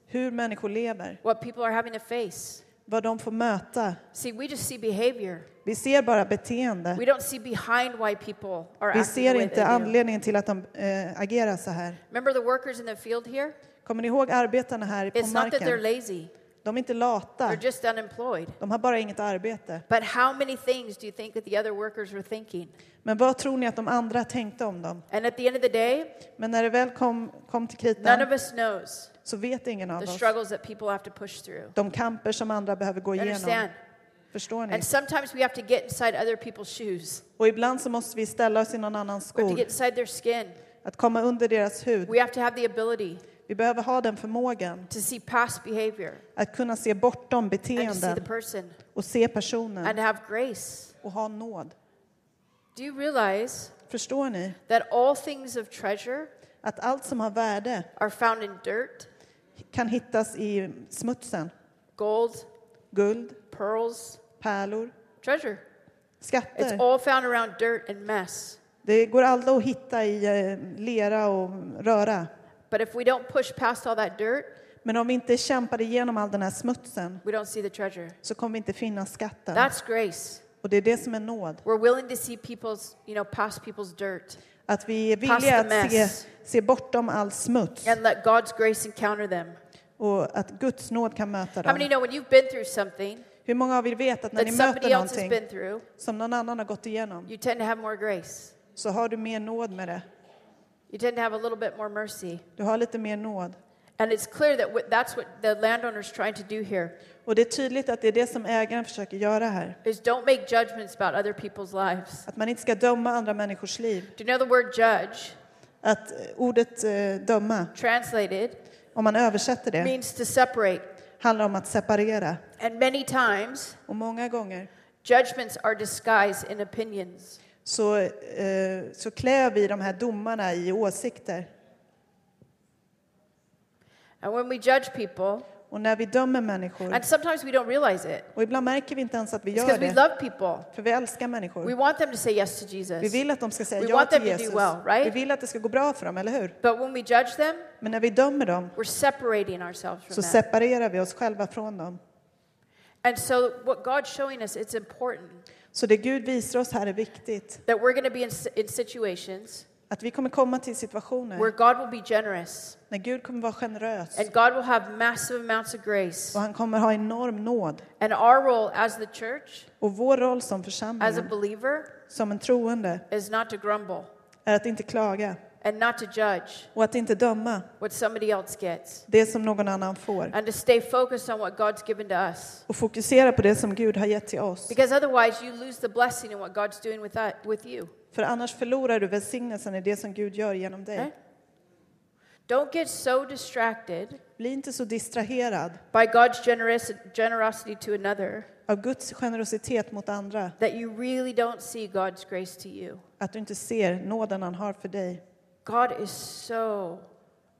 Speaker 2: hur människor lever,
Speaker 3: what people are having to face.
Speaker 2: vad de får möta.
Speaker 3: See, we just see behavior.
Speaker 2: Vi ser bara
Speaker 3: We
Speaker 2: beteende.
Speaker 3: don't see behind why people are
Speaker 2: Vi
Speaker 3: acting the
Speaker 2: ser
Speaker 3: way
Speaker 2: inte
Speaker 3: they do.
Speaker 2: anledningen till att de eh, agerar så här.
Speaker 3: Remember the workers in the field here?
Speaker 2: Kommer ni ihåg arbetarna här på
Speaker 3: It's not that they're
Speaker 2: marken? Ah.
Speaker 3: lazy.
Speaker 2: De är inte
Speaker 3: They're
Speaker 2: lata,
Speaker 3: just unemployed.
Speaker 2: de har bara inget arbete.
Speaker 3: But how many things do you think that the other workers were thinking?
Speaker 2: Men vad tror ni att de andra tänkte om dem?
Speaker 3: And at the end of the day,
Speaker 2: Men när det väl kom, kom till
Speaker 3: none of
Speaker 2: kritan
Speaker 3: us knows
Speaker 2: så vet ingen av
Speaker 3: the
Speaker 2: oss
Speaker 3: struggles that people have to push through.
Speaker 2: de kamper som andra behöver gå
Speaker 3: You
Speaker 2: igenom.
Speaker 3: understand?
Speaker 2: Förstår ni?
Speaker 3: And sometimes we have to get inside other people's shoes.
Speaker 2: Och ibland så måste vi ställa oss i någon annans
Speaker 3: We have to
Speaker 2: skor,
Speaker 3: get inside their skin.
Speaker 2: att komma under deras hud.
Speaker 3: We have to have the ability
Speaker 2: Vi behöver ha den förmågan
Speaker 3: to see past behavior
Speaker 2: att kunna se bortom
Speaker 3: and to see the
Speaker 2: beteenden
Speaker 3: person
Speaker 2: och se
Speaker 3: and
Speaker 2: personen
Speaker 3: to have grace.
Speaker 2: och ha nåd.
Speaker 3: Do you realize
Speaker 2: Förstår ni?
Speaker 3: that all things of treasure
Speaker 2: Att allt som har värde
Speaker 3: are found in dirt,
Speaker 2: kan hittas i smutsen.
Speaker 3: gold,
Speaker 2: Guld,
Speaker 3: pearls,
Speaker 2: pärlor,
Speaker 3: treasure? It's
Speaker 2: skatter.
Speaker 3: all found around dirt and mess.
Speaker 2: Det går aldrig att hitta i eh, lera och röra.
Speaker 3: But if we don't push past all that dirt,
Speaker 2: Men om vi inte kämpar igenom all den här smutsen
Speaker 3: we don't see the treasure.
Speaker 2: så kommer vi inte finna skatten.
Speaker 3: That's grace.
Speaker 2: Och det är det som är nåd.
Speaker 3: We're willing to see people's, you know, past people's dirt
Speaker 2: Att vi är
Speaker 3: Past the
Speaker 2: villiga att se,
Speaker 3: mess.
Speaker 2: se bortom all smuts
Speaker 3: and let God's grace encounter them.
Speaker 2: och att Guds nåd kan möta
Speaker 3: How many
Speaker 2: dem.
Speaker 3: know when you've been through something
Speaker 2: Hur många av er vet att när
Speaker 3: that
Speaker 2: ni
Speaker 3: somebody
Speaker 2: möter
Speaker 3: else has
Speaker 2: någonting
Speaker 3: been through,
Speaker 2: som någon annan har gått igenom
Speaker 3: you tend to have more grace?
Speaker 2: så har du mer nåd med det.
Speaker 3: You tend to have a little bit more mercy.
Speaker 2: Du har lite mer nåd.
Speaker 3: And it's clear that what, that's what the landowner's trying to do here
Speaker 2: Och det är tydligt att det är det som ägaren försöker göra här.
Speaker 3: is don't make judgments about other people's lives.
Speaker 2: Att man inte ska döma andra människors liv.
Speaker 3: Do you know the word judge,
Speaker 2: Att eh, ordet eh, döma,
Speaker 3: translated,
Speaker 2: om man översätter det,
Speaker 3: means to separate?
Speaker 2: handlar om att separera.
Speaker 3: And many times,
Speaker 2: Och många gånger
Speaker 3: judgments are disguised in opinions.
Speaker 2: så, eh, så klär vi de här domarna i åsikter.
Speaker 3: And when we judge people,
Speaker 2: Och när vi dömer människor,
Speaker 3: and sometimes we don't realize it,
Speaker 2: och ibland märker vi inte ens att vi
Speaker 3: it's because
Speaker 2: gör
Speaker 3: we
Speaker 2: det,
Speaker 3: love people.
Speaker 2: för vi älskar
Speaker 3: We
Speaker 2: människor.
Speaker 3: want them to say yes to
Speaker 2: Vi
Speaker 3: Jesus.
Speaker 2: vill att de ska säga
Speaker 3: We
Speaker 2: ja
Speaker 3: want
Speaker 2: till
Speaker 3: them to do
Speaker 2: Jesus.
Speaker 3: well, right?
Speaker 2: Vi vill att det ska gå bra för dem, eller hur?
Speaker 3: But when we judge them,
Speaker 2: Men när vi dömer dem
Speaker 3: we're separating ourselves
Speaker 2: så
Speaker 3: from that.
Speaker 2: separerar vi oss själva från dem.
Speaker 3: And so, what God's showing us, it's important
Speaker 2: Så det Gud visar oss här är viktigt.
Speaker 3: that we're going to be in, si- in situations
Speaker 2: Att vi kommer komma till situationer
Speaker 3: where God will be generous
Speaker 2: när Gud kommer vara generös
Speaker 3: and God will have massive amounts of grace.
Speaker 2: och han kommer ha enorm nåd.
Speaker 3: And our role as the church,
Speaker 2: Och vår roll som
Speaker 3: as a
Speaker 2: församling,
Speaker 3: believer,
Speaker 2: som en troende,
Speaker 3: is not to grumble
Speaker 2: är att inte klaga
Speaker 3: and not to judge
Speaker 2: och att inte döma
Speaker 3: what somebody else gets
Speaker 2: det som någon annan får
Speaker 3: and to stay focused on what God's given to us.
Speaker 2: och fokusera på det som Gud har gett till oss.
Speaker 3: Because otherwise, you lose the blessing in what God's doing with, that, with you.
Speaker 2: För annars förlorar du välsignelsen i det som Gud gör genom dig.
Speaker 3: Okay? Don't get so distracted
Speaker 2: Bli inte så distraherad
Speaker 3: by God's generous, generosity to another
Speaker 2: av Guds generositet mot andra
Speaker 3: that you really don't see God's grace to you.
Speaker 2: att du inte ser nåden han har för dig.
Speaker 3: God is so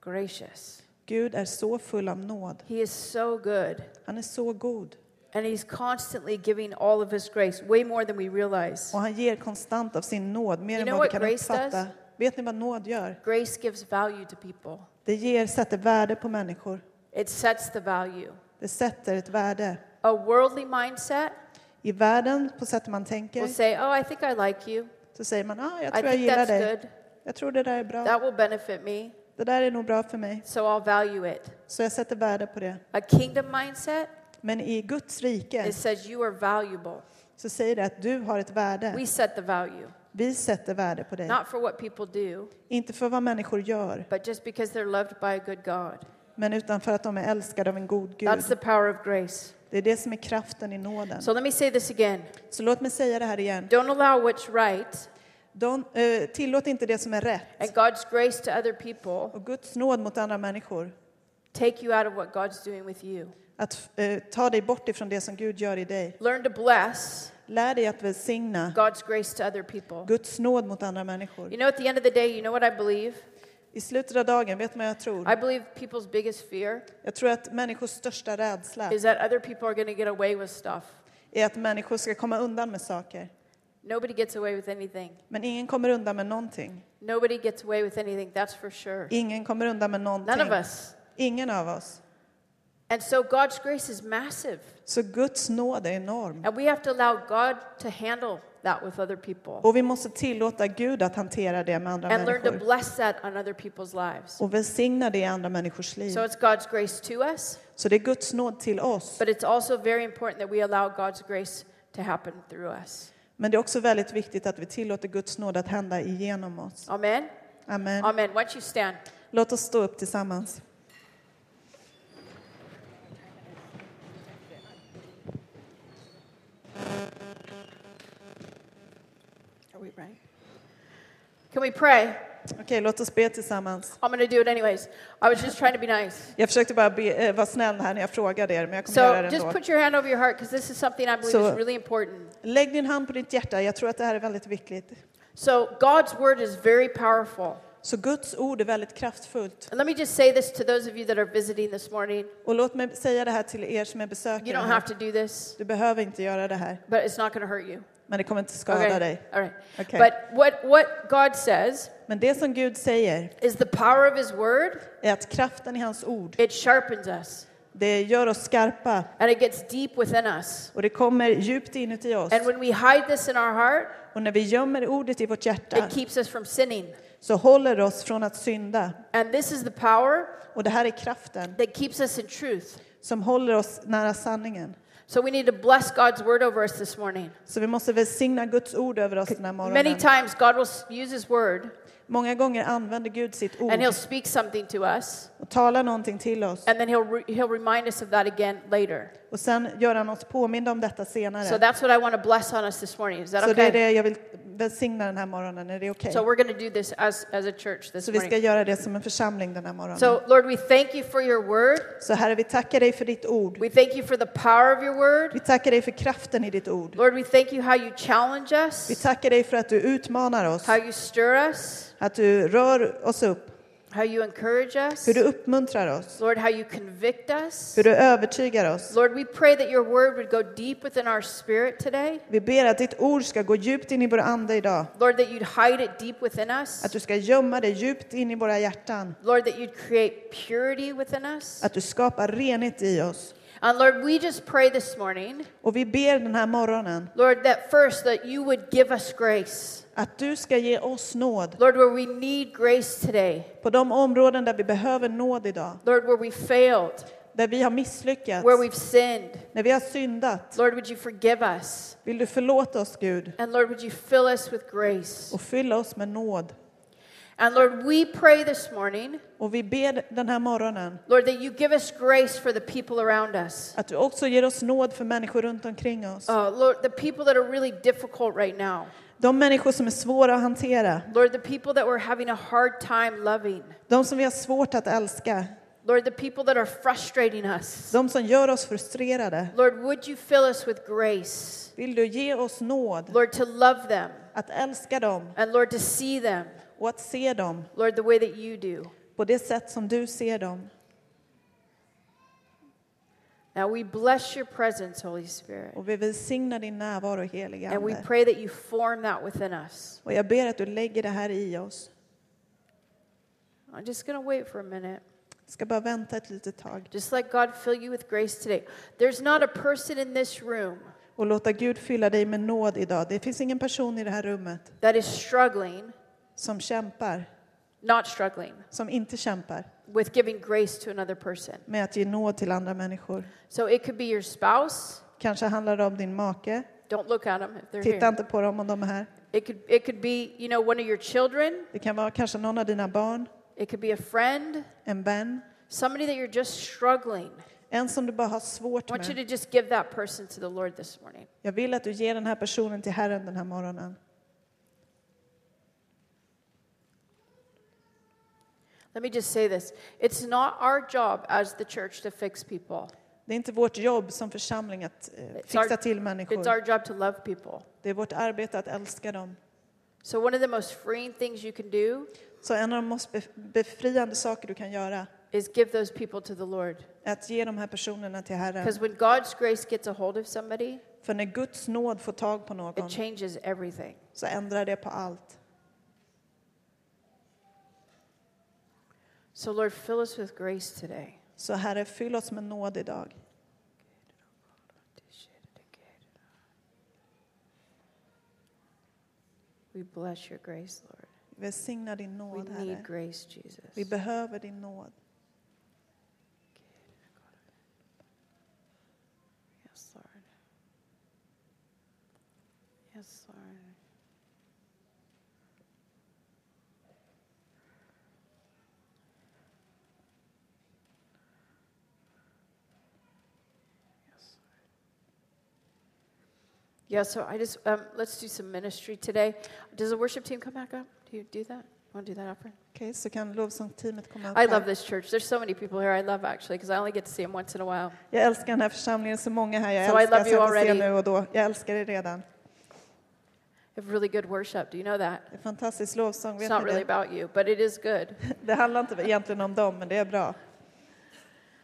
Speaker 3: gracious.
Speaker 2: Gud är så full av nåd.
Speaker 3: He is so good.
Speaker 2: Han är så god
Speaker 3: And he's constantly giving all of his grace, way more than we realize.
Speaker 2: och han ger konstant av sin nåd mer
Speaker 3: You
Speaker 2: än
Speaker 3: know
Speaker 2: vad vi
Speaker 3: what
Speaker 2: kan
Speaker 3: grace
Speaker 2: uppfatta.
Speaker 3: does?
Speaker 2: Vet ni vad nåd gör?
Speaker 3: Grace gives value to people,
Speaker 2: Det ger, sätter värde på människor.
Speaker 3: it sets the value.
Speaker 2: Det sätter ett värde.
Speaker 3: A worldly mindset
Speaker 2: I världen, på sättet man
Speaker 3: will
Speaker 2: tänker,
Speaker 3: say, Oh, I think I like you.
Speaker 2: så säger man ah, jag
Speaker 3: I
Speaker 2: tror jag
Speaker 3: think
Speaker 2: gillar
Speaker 3: that's
Speaker 2: dig.
Speaker 3: good.
Speaker 2: Jag tror det där är bra.
Speaker 3: That will benefit me,
Speaker 2: Det där är nog bra för mig.
Speaker 3: so I'll value it.
Speaker 2: Så jag sätter värde på det.
Speaker 3: A kingdom mindset
Speaker 2: Men i Guds
Speaker 3: it
Speaker 2: rike
Speaker 3: says you are valuable.
Speaker 2: så säger det att du har ett
Speaker 3: We
Speaker 2: värde.
Speaker 3: set the value,
Speaker 2: Vi sätter värde på dig.
Speaker 3: not for what people do,
Speaker 2: Inte för vad människor gör,
Speaker 3: but just because they're loved by a good God.
Speaker 2: men utan för att de är älskade av en god Gud.
Speaker 3: That's the power of grace.
Speaker 2: Det är det som är kraften i nåden.
Speaker 3: So let me say this again.
Speaker 2: Så låt mig säga det här igen.
Speaker 3: Don't allow what's right
Speaker 2: Don, eh, tillåt inte det som är rätt
Speaker 3: and God's grace to other people
Speaker 2: och Guds nåd mot andra människor
Speaker 3: take you out of what God's doing with you.
Speaker 2: att eh, ta dig bort ifrån det som Gud gör i dig.
Speaker 3: Learn to bless
Speaker 2: Lär dig att välsigna
Speaker 3: God's grace to other people.
Speaker 2: Guds nåd mot andra
Speaker 3: You
Speaker 2: människor.
Speaker 3: know, at the end of the day, you know what I believe?
Speaker 2: I slutet av dagen, vet du vad jag tror?
Speaker 3: I believe people's biggest fear
Speaker 2: Jag tror att människors största rädsla
Speaker 3: is that other people are going to get away with stuff.
Speaker 2: är att människor ska komma undan med saker.
Speaker 3: Nobody gets away with anything.
Speaker 2: Men ingen kommer undan med någonting.
Speaker 3: Nobody gets away with anything, that's for sure.
Speaker 2: Ingen kommer undan med
Speaker 3: None of
Speaker 2: någonting.
Speaker 3: us.
Speaker 2: Ingen av oss.
Speaker 3: And so God's grace is massive.
Speaker 2: Så Guds nåd är enorm.
Speaker 3: And we have to allow God to handle that with other people
Speaker 2: Och vi måste tillåta Gud att hantera det med andra
Speaker 3: and learn to
Speaker 2: människor.
Speaker 3: bless that on other people's lives.
Speaker 2: och välsigna det i andra människors liv.
Speaker 3: So it's God's grace to us,
Speaker 2: Så det är Guds nåd till oss.
Speaker 3: but it's also very important that we allow God's grace to happen through us.
Speaker 2: Men det är också väldigt viktigt att vi tillåter Guds nåd att hända igenom oss.
Speaker 3: Amen.
Speaker 2: Amen.
Speaker 3: Amen. Once you stand.
Speaker 2: Låt oss stå upp tillsammans.
Speaker 3: Are we right? Can we pray?
Speaker 2: Okej, låt oss be tillsammans.
Speaker 3: I'm going to do it anyways. I was just trying to be nice.
Speaker 2: Jag försökte bara be, eh, vara snäll här när jag frågade er, men jag kommer göra
Speaker 3: So
Speaker 2: det
Speaker 3: just
Speaker 2: ändå.
Speaker 3: put your hand over your heart because this is something I believe
Speaker 2: So-
Speaker 3: is really important.
Speaker 2: Lägg din hand på ditt hjärta, jag tror att det här är väldigt viktigt.
Speaker 3: So God's word is very powerful.
Speaker 2: Så Guds ord är väldigt kraftfullt.
Speaker 3: And let me just say this to those of you that are visiting this morning.
Speaker 2: Och låt mig säga det här till er som är
Speaker 3: You
Speaker 2: besökare.
Speaker 3: don't
Speaker 2: här.
Speaker 3: have to do this,
Speaker 2: Du behöver inte göra det här,
Speaker 3: but it's not going to hurt you.
Speaker 2: men det kommer inte skada dig.
Speaker 3: All right.
Speaker 2: Okay.
Speaker 3: But what, what God says
Speaker 2: Men det som Gud säger
Speaker 3: is the power of his word,
Speaker 2: är att kraften i hans ord
Speaker 3: it sharpens us
Speaker 2: Det gör oss skarpa
Speaker 3: and it gets deep within us.
Speaker 2: och det kommer djupt inuti oss.
Speaker 3: And when we hide this in our heart,
Speaker 2: Och när vi gömmer ordet i vårt hjärta
Speaker 3: it keeps us from sinning.
Speaker 2: så håller oss från att synda.
Speaker 3: And this is the power
Speaker 2: Och det här är kraften
Speaker 3: that keeps us in truth.
Speaker 2: som håller oss nära sanningen.
Speaker 3: So we need to bless God's word over us this morning.
Speaker 2: Så vi måste välsigna Guds ord över oss den här
Speaker 3: Many
Speaker 2: morgonen.
Speaker 3: times God will s- use his word
Speaker 2: Många gånger använder Gud sitt ord
Speaker 3: and he'll speak something to us
Speaker 2: och talar någonting till oss.
Speaker 3: and then he'll re- he'll remind us of that again later.
Speaker 2: Och sen gör han oss påminda om detta senare.
Speaker 3: So that's what I want to bless on us this morning. Is that
Speaker 2: Så det är
Speaker 3: okay?
Speaker 2: det jag vill välsigna den här morgonen. Är det okej?
Speaker 3: So we're going to do this as as a church this
Speaker 2: Så vi ska
Speaker 3: morning.
Speaker 2: göra det som en församling den här morgonen.
Speaker 3: So Lord, we thank you for your word.
Speaker 2: Så Herre, vi tackar dig för ditt ord.
Speaker 3: We thank you for the power of your
Speaker 2: Vi
Speaker 3: word.
Speaker 2: tackar dig för kraften i ditt ord.
Speaker 3: Lord, we thank you how you challenge
Speaker 2: Vi
Speaker 3: us,
Speaker 2: tackar dig för att du utmanar oss,
Speaker 3: how you stir us,
Speaker 2: att du rör oss upp,
Speaker 3: how you encourage us.
Speaker 2: hur du uppmuntrar oss,
Speaker 3: Lord, how you convict us.
Speaker 2: hur du övertygar oss.
Speaker 3: Lord, we pray that your word would go deep within our spirit today.
Speaker 2: Vi ber att ditt ord ska gå djupt in i vår ande idag.
Speaker 3: Lord, that you'd hide it deep within
Speaker 2: Att
Speaker 3: us.
Speaker 2: du ska gömma det djupt in i våra hjärtan.
Speaker 3: Lord, that you'd create purity within us.
Speaker 2: Att du skapar renhet i oss.
Speaker 3: And Lord, we just pray this morning,
Speaker 2: Och vi ber den här morgonen
Speaker 3: Lord, that first that you would give us grace.
Speaker 2: att du ska ge oss nåd
Speaker 3: Lord, where we need grace today.
Speaker 2: på de områden där vi behöver nåd idag.
Speaker 3: Lord, where we failed,
Speaker 2: Där vi har misslyckats,
Speaker 3: where we've sinned.
Speaker 2: när vi har syndat.
Speaker 3: Lord, would you forgive us?
Speaker 2: Vill du förlåta oss Gud
Speaker 3: And Lord, would you fill us with grace?
Speaker 2: och fylla oss med nåd.
Speaker 3: And Lord, we pray this morning,
Speaker 2: Och vi ber den här morgonen
Speaker 3: Lord, that you give us grace for the people around us.
Speaker 2: att du också ger oss nåd för människor runt omkring oss.
Speaker 3: Uh, Lord, the people that are really difficult right now.
Speaker 2: De människor som är svåra att hantera.
Speaker 3: Lord, the people that we're having a hard time loving.
Speaker 2: De som vi har svårt att älska.
Speaker 3: Lord, the people that are frustrating us.
Speaker 2: De som gör oss frustrerade.
Speaker 3: Lord, would you fill us with grace?
Speaker 2: Vill du ge oss nåd
Speaker 3: Lord, to love them
Speaker 2: att älska dem
Speaker 3: and Lord, to see them,
Speaker 2: och att se dem
Speaker 3: Lord, the way that you do.
Speaker 2: på det sätt som du ser dem.
Speaker 3: Now we bless your presence, Holy Spirit.
Speaker 2: Och vi välsignar din närvaro heliga
Speaker 3: And we
Speaker 2: Ande.
Speaker 3: pray that you form that within us.
Speaker 2: Och jag ber att du lägger det här i oss.
Speaker 3: I'm just going to wait for a minute.
Speaker 2: Jag ska bara vänta ett litet tag
Speaker 3: Just let God fill you with grace today. There's not a person in this room
Speaker 2: och låta Gud fylla dig med nåd idag. Det finns ingen person i det här rummet
Speaker 3: that is struggling,
Speaker 2: som kämpar,
Speaker 3: not struggling,
Speaker 2: som inte kämpar
Speaker 3: with giving grace to another person.
Speaker 2: med att ge nåd till andra människor.
Speaker 3: So it could be your spouse.
Speaker 2: Kanske handlar det om din make.
Speaker 3: Don't look at them if they're
Speaker 2: Titta
Speaker 3: here.
Speaker 2: inte på dem om de är här.
Speaker 3: It could, it could be, you know, one of your children.
Speaker 2: Det kan vara kanske någon av dina barn,
Speaker 3: It could be a friend,
Speaker 2: en vän,
Speaker 3: somebody that you're just struggling.
Speaker 2: en som du bara har svårt
Speaker 3: I want you
Speaker 2: med.
Speaker 3: to just give that person to the Lord this morning.
Speaker 2: Jag vill att du ger den här personen till Herren den här morgonen.
Speaker 3: Let me just say this it's not our job as the church to fix people,
Speaker 2: Det är inte vårt jobb som församling att eh,
Speaker 3: It's
Speaker 2: fixa
Speaker 3: our-
Speaker 2: till
Speaker 3: it's
Speaker 2: människor.
Speaker 3: our job to love people.
Speaker 2: Det är vårt arbete att älska dem.
Speaker 3: So, one of the most freeing things you can do
Speaker 2: Så en av de mest bef- befriande saker du kan göra
Speaker 3: is give those people to the Lord.
Speaker 2: är att ge de här personerna till Herren.
Speaker 3: Because when God's grace gets a hold of somebody,
Speaker 2: För när Guds nåd får tag på någon
Speaker 3: it changes everything.
Speaker 2: så ändrar det på allt.
Speaker 3: So, Lord, fill us with grace today.
Speaker 2: Så Herre, fyll oss med nåd idag.
Speaker 3: We bless your grace, Lord.
Speaker 2: Välsigna din nåd,
Speaker 3: We
Speaker 2: Herre.
Speaker 3: need grace,
Speaker 2: Vi
Speaker 3: Jesus.
Speaker 2: behöver din nåd.
Speaker 3: Yes, Lord. Yes, Lord. Yeah, so I just um, let's do some ministry today. Does the worship team come back up? Do you do that? Want to do that after?
Speaker 2: Okej, så kan lovsångsteamet komma upp
Speaker 3: I love
Speaker 2: här.
Speaker 3: this church. There's so many people here. I love actually because I only get to see them once in a while.
Speaker 2: Jag älskar den här församlingen, så många här jag
Speaker 3: So I
Speaker 2: älskar
Speaker 3: love
Speaker 2: så
Speaker 3: you
Speaker 2: jag får se
Speaker 3: already.
Speaker 2: nu och då. Jag älskar er redan.
Speaker 3: They have really good worship. Do you know that?
Speaker 2: Det är fantastisk lovsång,
Speaker 3: It's
Speaker 2: vet
Speaker 3: not
Speaker 2: ni
Speaker 3: really
Speaker 2: det?
Speaker 3: about you, but it is good.
Speaker 2: Det handlar inte egentligen om dem, men det är bra.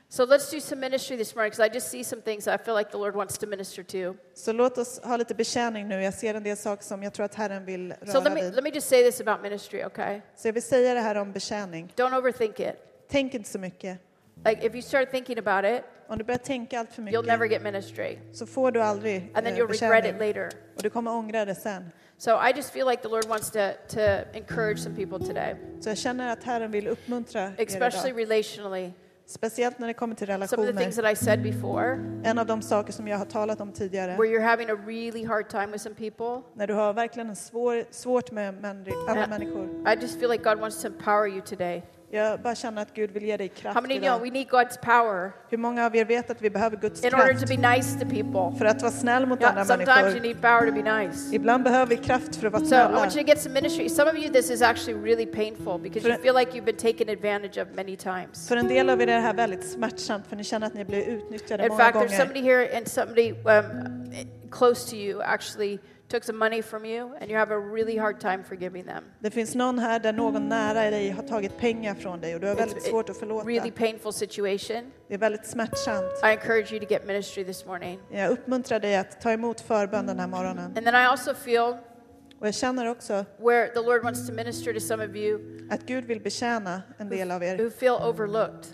Speaker 3: So let's do some ministry this morning because I just see some things I feel like the Lord wants to minister to.
Speaker 2: Så låt oss ha lite betjäning nu. Jag ser en del saker som jag tror att Herren vill
Speaker 3: So
Speaker 2: röra
Speaker 3: let me,
Speaker 2: vid.
Speaker 3: let me just say this about ministry, okay?
Speaker 2: Så jag vill säga det här om betjäning.
Speaker 3: Don't overthink it.
Speaker 2: Tänk inte så mycket.
Speaker 3: Like, if you start thinking about it,
Speaker 2: Om du börjar tänka allt för
Speaker 3: You'll
Speaker 2: mycket
Speaker 3: never get ministry.
Speaker 2: så får du aldrig
Speaker 3: And then
Speaker 2: eh,
Speaker 3: you'll regret it
Speaker 2: betjäning.
Speaker 3: later.
Speaker 2: Och du kommer ångra det sen.
Speaker 3: So I just feel like the Lord wants to, to encourage some people today,
Speaker 2: Så jag känner att Herren vill uppmuntra er
Speaker 3: especially
Speaker 2: idag.
Speaker 3: relationally.
Speaker 2: Speciellt när det kommer till
Speaker 3: Some of the things
Speaker 2: relationer.
Speaker 3: that I said before,
Speaker 2: En av de saker som jag har talat om tidigare.
Speaker 3: where you're having a really hard time with some people.
Speaker 2: När du har verkligen en svår, svårt med män- andra
Speaker 3: Ja.
Speaker 2: människor.
Speaker 3: I just feel like God wants to empower you today.
Speaker 2: Jag bara känner att Gud vill ge dig
Speaker 3: How
Speaker 2: kraft
Speaker 3: many know
Speaker 2: idag.
Speaker 3: we need God's power
Speaker 2: Hur många av er vet att vi behöver Guds
Speaker 3: in order to
Speaker 2: kraft
Speaker 3: be nice to people?
Speaker 2: för att vara snäll mot
Speaker 3: Yeah,
Speaker 2: andra
Speaker 3: sometimes you
Speaker 2: människor?
Speaker 3: need power to be nice.
Speaker 2: Ibland behöver vi kraft för att vara
Speaker 3: So I
Speaker 2: snälla.
Speaker 3: want you to get some ministry. Some of you, this is actually really painful because you
Speaker 2: För-
Speaker 3: feel like you've been taken advantage of many times.
Speaker 2: För en del av er är det här väldigt smärtsamt för ni känner att ni blir utnyttjade
Speaker 3: In
Speaker 2: många
Speaker 3: fact, there's
Speaker 2: gånger.
Speaker 3: somebody here and somebody um, close to you actually took some money from you, and you have a really hard time forgiving them.
Speaker 2: Det finns någon här där någon nära dig har tagit pengar från dig och du har
Speaker 3: It's
Speaker 2: väldigt svårt att
Speaker 3: a really
Speaker 2: förlåta.
Speaker 3: painful situation.
Speaker 2: Det är väldigt smärtsamt.
Speaker 3: I encourage you to get ministry this morning.
Speaker 2: Jag uppmuntrar dig att ta emot förbön den här morgonen.
Speaker 3: And then I also feel
Speaker 2: Och jag känner också
Speaker 3: where the Lord wants to minister to some of you
Speaker 2: att Gud vill betjäna en del av er
Speaker 3: who feel overlooked,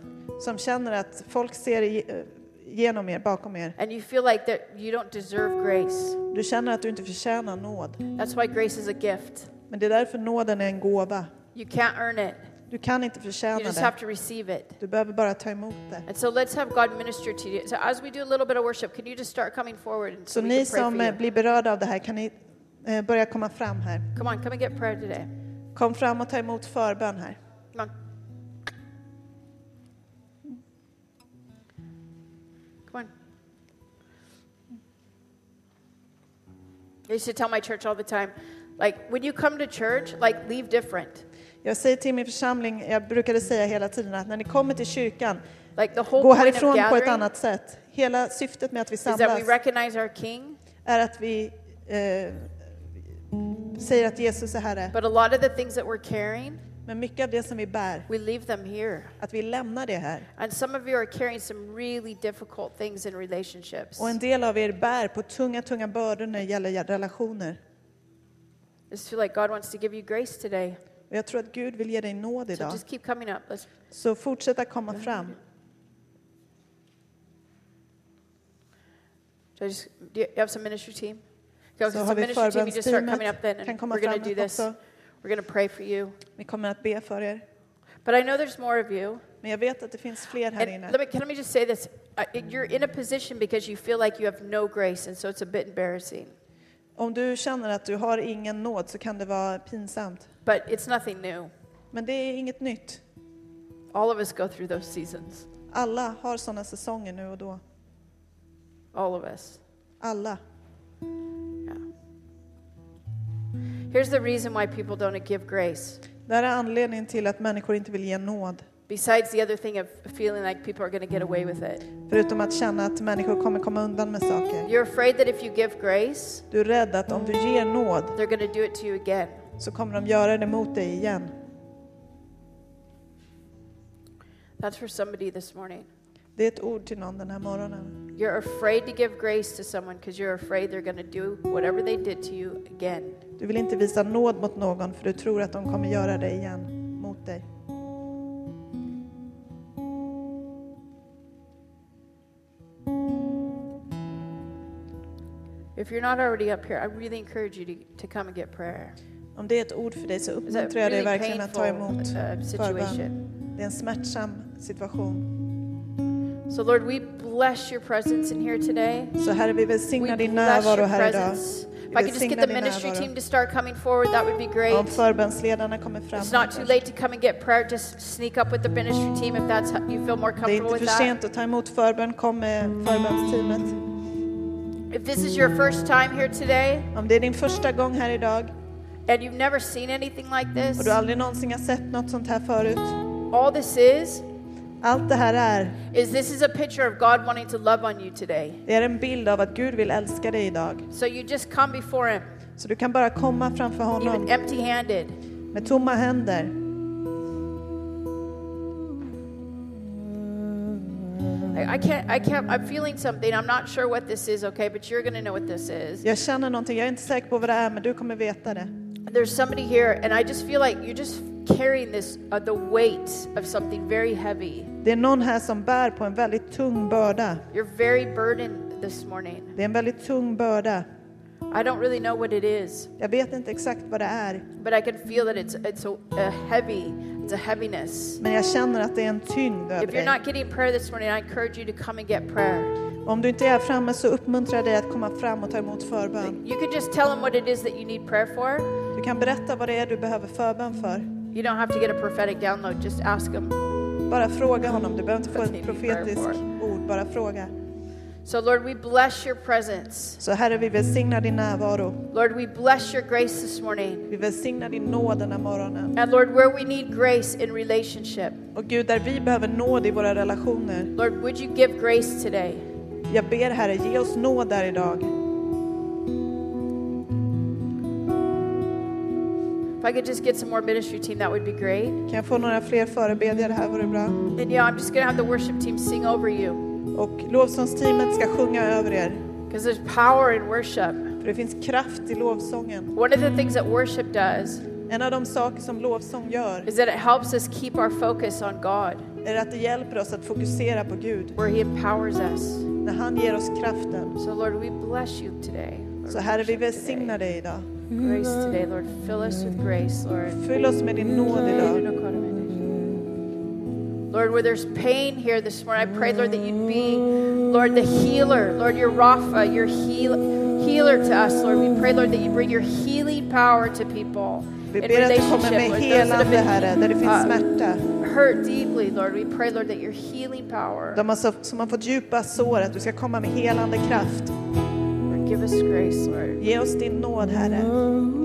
Speaker 2: som känner att folk ser i- eh, genom er, bakom er.
Speaker 3: and you feel like that you don't deserve grace.
Speaker 2: Du känner att du inte förtjänar nåd.
Speaker 3: That's why grace is a gift.
Speaker 2: Men det är därför nåden är en gåva.
Speaker 3: You can't earn it.
Speaker 2: Du kan inte
Speaker 3: You
Speaker 2: förtjäna
Speaker 3: just have
Speaker 2: det.
Speaker 3: to receive it.
Speaker 2: Du behöver bara ta emot det.
Speaker 3: And so let's have God minister to you. So as we do a little bit of worship, can you just start coming forward and
Speaker 2: Så
Speaker 3: so we can
Speaker 2: ni
Speaker 3: pray for
Speaker 2: som
Speaker 3: you?
Speaker 2: eh, blir berörda av det här, kan ni eh, börja komma fram här?
Speaker 3: Come on, come and get prayer today.
Speaker 2: Kom fram och ta emot förbön här.
Speaker 3: Come on. Come on. I used to tell my church all the time, like, when you come to church, like, leave different.
Speaker 2: Jag säger till min församling, jag brukade säga hela tiden att när ni kommer till kyrkan,
Speaker 3: Like, the whole
Speaker 2: gå
Speaker 3: point of
Speaker 2: härifrån på ett
Speaker 3: gathering
Speaker 2: annat sätt. Hela syftet med att vi
Speaker 3: is that
Speaker 2: samlas
Speaker 3: we recognize our King,
Speaker 2: är att vi eh, säger att Jesus är Herre.
Speaker 3: but a lot of the things that we're carrying,
Speaker 2: Men mycket av det som vi bär,
Speaker 3: we leave them here.
Speaker 2: att vi lämnar det här.
Speaker 3: And some of you are carrying some really difficult things in relationships.
Speaker 2: Och en del av er bär på tunga, tunga bördor när det gäller relationer.
Speaker 3: I just feel like God wants to give you grace today.
Speaker 2: Och jag tror att Gud vill ge dig nåd
Speaker 3: So
Speaker 2: idag.
Speaker 3: just keep coming up. Let's,
Speaker 2: Så fortsätt att komma fram.
Speaker 3: so just, do you you have some ministry team? Okay,
Speaker 2: Så
Speaker 3: so
Speaker 2: har vi
Speaker 3: ministry team, you just start
Speaker 2: förbönsteamet.
Speaker 3: coming up then.
Speaker 2: Kan
Speaker 3: And
Speaker 2: komma
Speaker 3: we're going to
Speaker 2: fram
Speaker 3: do this.
Speaker 2: också.
Speaker 3: We're going to pray for you.
Speaker 2: Vi kommer att be för er.
Speaker 3: But I know there's more of you.
Speaker 2: Men jag vet att det finns fler här
Speaker 3: And
Speaker 2: inne.
Speaker 3: let me, can, let me just say this. Uh, it- You're in a position because you feel like you have no grace, and so it's a bit embarrassing.
Speaker 2: Om du känner att du har ingen nåd så kan det vara pinsamt.
Speaker 3: But it's nothing new.
Speaker 2: Men det är inget nytt.
Speaker 3: All of us go through those seasons.
Speaker 2: Alla har sådana säsonger nu och då.
Speaker 3: All of us.
Speaker 2: Alla.
Speaker 3: Yeah. Here's the reason why people don't give grace.
Speaker 2: Det här är anledningen till att människor inte vill ge nåd.
Speaker 3: Besides the other thing of feeling like people are going to get away with it,
Speaker 2: Förutom att känna att människor kommer komma undan med saker.
Speaker 3: you're afraid that if you give grace,
Speaker 2: Du är rädd att om du ger nåd
Speaker 3: they're going to do it to you again.
Speaker 2: så kommer de göra det mot dig igen.
Speaker 3: That's for somebody this morning.
Speaker 2: Det är ett ord till någon den här morgonen.
Speaker 3: You're afraid to give grace to someone because you're afraid they're going to do whatever they did to you again.
Speaker 2: Du vill inte visa nåd mot någon för du tror att de kommer göra det igen mot dig.
Speaker 3: If you're not already up here, I really encourage you to, to come and get prayer.
Speaker 2: Om det är ett ord för dig så
Speaker 3: It's a
Speaker 2: uppmuntrar jag dig
Speaker 3: really
Speaker 2: verkligen att ta
Speaker 3: painful
Speaker 2: emot
Speaker 3: uh,
Speaker 2: förbön.
Speaker 3: situation.
Speaker 2: Det är en smärtsam situation.
Speaker 3: So, Lord, we bless your presence in here today.
Speaker 2: Så Herre, vi
Speaker 3: We
Speaker 2: välsignar din
Speaker 3: bless
Speaker 2: närvaro
Speaker 3: your
Speaker 2: här idag.
Speaker 3: presence. If I
Speaker 2: Vi
Speaker 3: could just get
Speaker 2: välsignar
Speaker 3: the
Speaker 2: din
Speaker 3: ministry team
Speaker 2: närvaro.
Speaker 3: to start coming forward, that would be
Speaker 2: Om
Speaker 3: great.
Speaker 2: förbönsledarna kommer fram.
Speaker 3: It's not too late to come and get prayer. Just sneak up with the ministry team if that's how you feel more
Speaker 2: Det är
Speaker 3: comfortable
Speaker 2: inte
Speaker 3: with
Speaker 2: för
Speaker 3: that.
Speaker 2: sent att ta emot förbön. Kom med förbönsteamet.
Speaker 3: If this is your first time here today
Speaker 2: Om det är din första gång här idag
Speaker 3: and you've never seen anything like
Speaker 2: och
Speaker 3: this,
Speaker 2: du aldrig någonsin har sett något sånt här förut.
Speaker 3: all this is
Speaker 2: Allt det här är,
Speaker 3: is this is a picture of God wanting to love on you today.
Speaker 2: det är en bild av att Gud vill älska dig idag.
Speaker 3: So you just come before Him,
Speaker 2: Så du kan bara komma framför
Speaker 3: even
Speaker 2: honom
Speaker 3: empty-handed.
Speaker 2: med tomma händer.
Speaker 3: Like, I can't. I can't. I'm feeling something. I'm not sure what this is. Okay, but you're gonna know what this is.
Speaker 2: Jag känner någonting, jag är inte säker på vad det är men du kommer veta det.
Speaker 3: There's somebody here, and I just feel like you just carrying this, uh, the weight of something very heavy.
Speaker 2: Det är någon här som bär på en väldigt tung börda.
Speaker 3: You're very burdened this morning.
Speaker 2: Det är en väldigt tung börda.
Speaker 3: I don't really know what it is,
Speaker 2: Jag vet inte exakt vad det är,
Speaker 3: but I can feel that it's, it's a, a heavy, it's a heaviness.
Speaker 2: men jag känner att det är en tyngd över
Speaker 3: If you're
Speaker 2: dig.
Speaker 3: not getting prayer this morning, I encourage you to come and get prayer.
Speaker 2: Om du inte är framme så uppmuntrar jag dig att komma fram och ta emot förbön.
Speaker 3: You can just tell them what it is that you need prayer for.
Speaker 2: Du kan berätta vad det är du behöver förbön för.
Speaker 3: You don't have to get a prophetic download, just ask them.
Speaker 2: Bara fråga honom, du behöver inte få
Speaker 3: Vad ni
Speaker 2: ett profetiskt
Speaker 3: behöver.
Speaker 2: ord, bara fråga.
Speaker 3: So, Lord, we bless your presence.
Speaker 2: Så Herre, vi välsignar din närvaro.
Speaker 3: Lord, we bless your grace this morning.
Speaker 2: Vi välsignar din nåd den här morgonen.
Speaker 3: And Lord, where we need grace in relationship,
Speaker 2: Och Gud, där vi behöver nåd i våra relationer.
Speaker 3: Lord, would you give grace today?
Speaker 2: Jag ber Herre, ge oss nåd där idag.
Speaker 3: If I could just get some more ministry team, that would be great.
Speaker 2: Kan jag få några fler förebedjare här vore bra.
Speaker 3: And yeah, I'm just going to have the worship team sing over you
Speaker 2: Och lovsångsteamet ska sjunga över er.
Speaker 3: because there's power in worship.
Speaker 2: För det finns kraft i lovsången.
Speaker 3: One of the things that worship does
Speaker 2: En av de saker som lovsång gör
Speaker 3: is that it helps us keep our focus on God,
Speaker 2: är att det hjälper oss att fokusera på Gud.
Speaker 3: where He empowers us.
Speaker 2: När han ger oss kraften.
Speaker 3: So, Lord, we bless you today. Lord,
Speaker 2: Så Herre, vi
Speaker 3: worship
Speaker 2: välsignar
Speaker 3: today.
Speaker 2: dig idag.
Speaker 3: Grace today, Lord. Fill us with grace, Lord.
Speaker 2: Fyll oss med din nåd idag.
Speaker 3: Lord, where there's pain here this morning, I pray, Lord, that you'd be, Lord, the healer. Lord, you're Rapha, your heal, healer to us, Lord. We pray, Lord, that you bring your healing power to people.
Speaker 2: Vi ber att
Speaker 3: in
Speaker 2: du
Speaker 3: relationship,
Speaker 2: kommer med
Speaker 3: Lord, those that have
Speaker 2: helande
Speaker 3: been,
Speaker 2: Herre, där det finns
Speaker 3: uh,
Speaker 2: smärta.
Speaker 3: hurt deeply, Lord. We pray, Lord, that your healing power
Speaker 2: De har så- som har fått djupa sår, att du ska komma med helande kraft.
Speaker 3: Lord, give us grace, Lord.
Speaker 2: Ge oss din nåd Herre.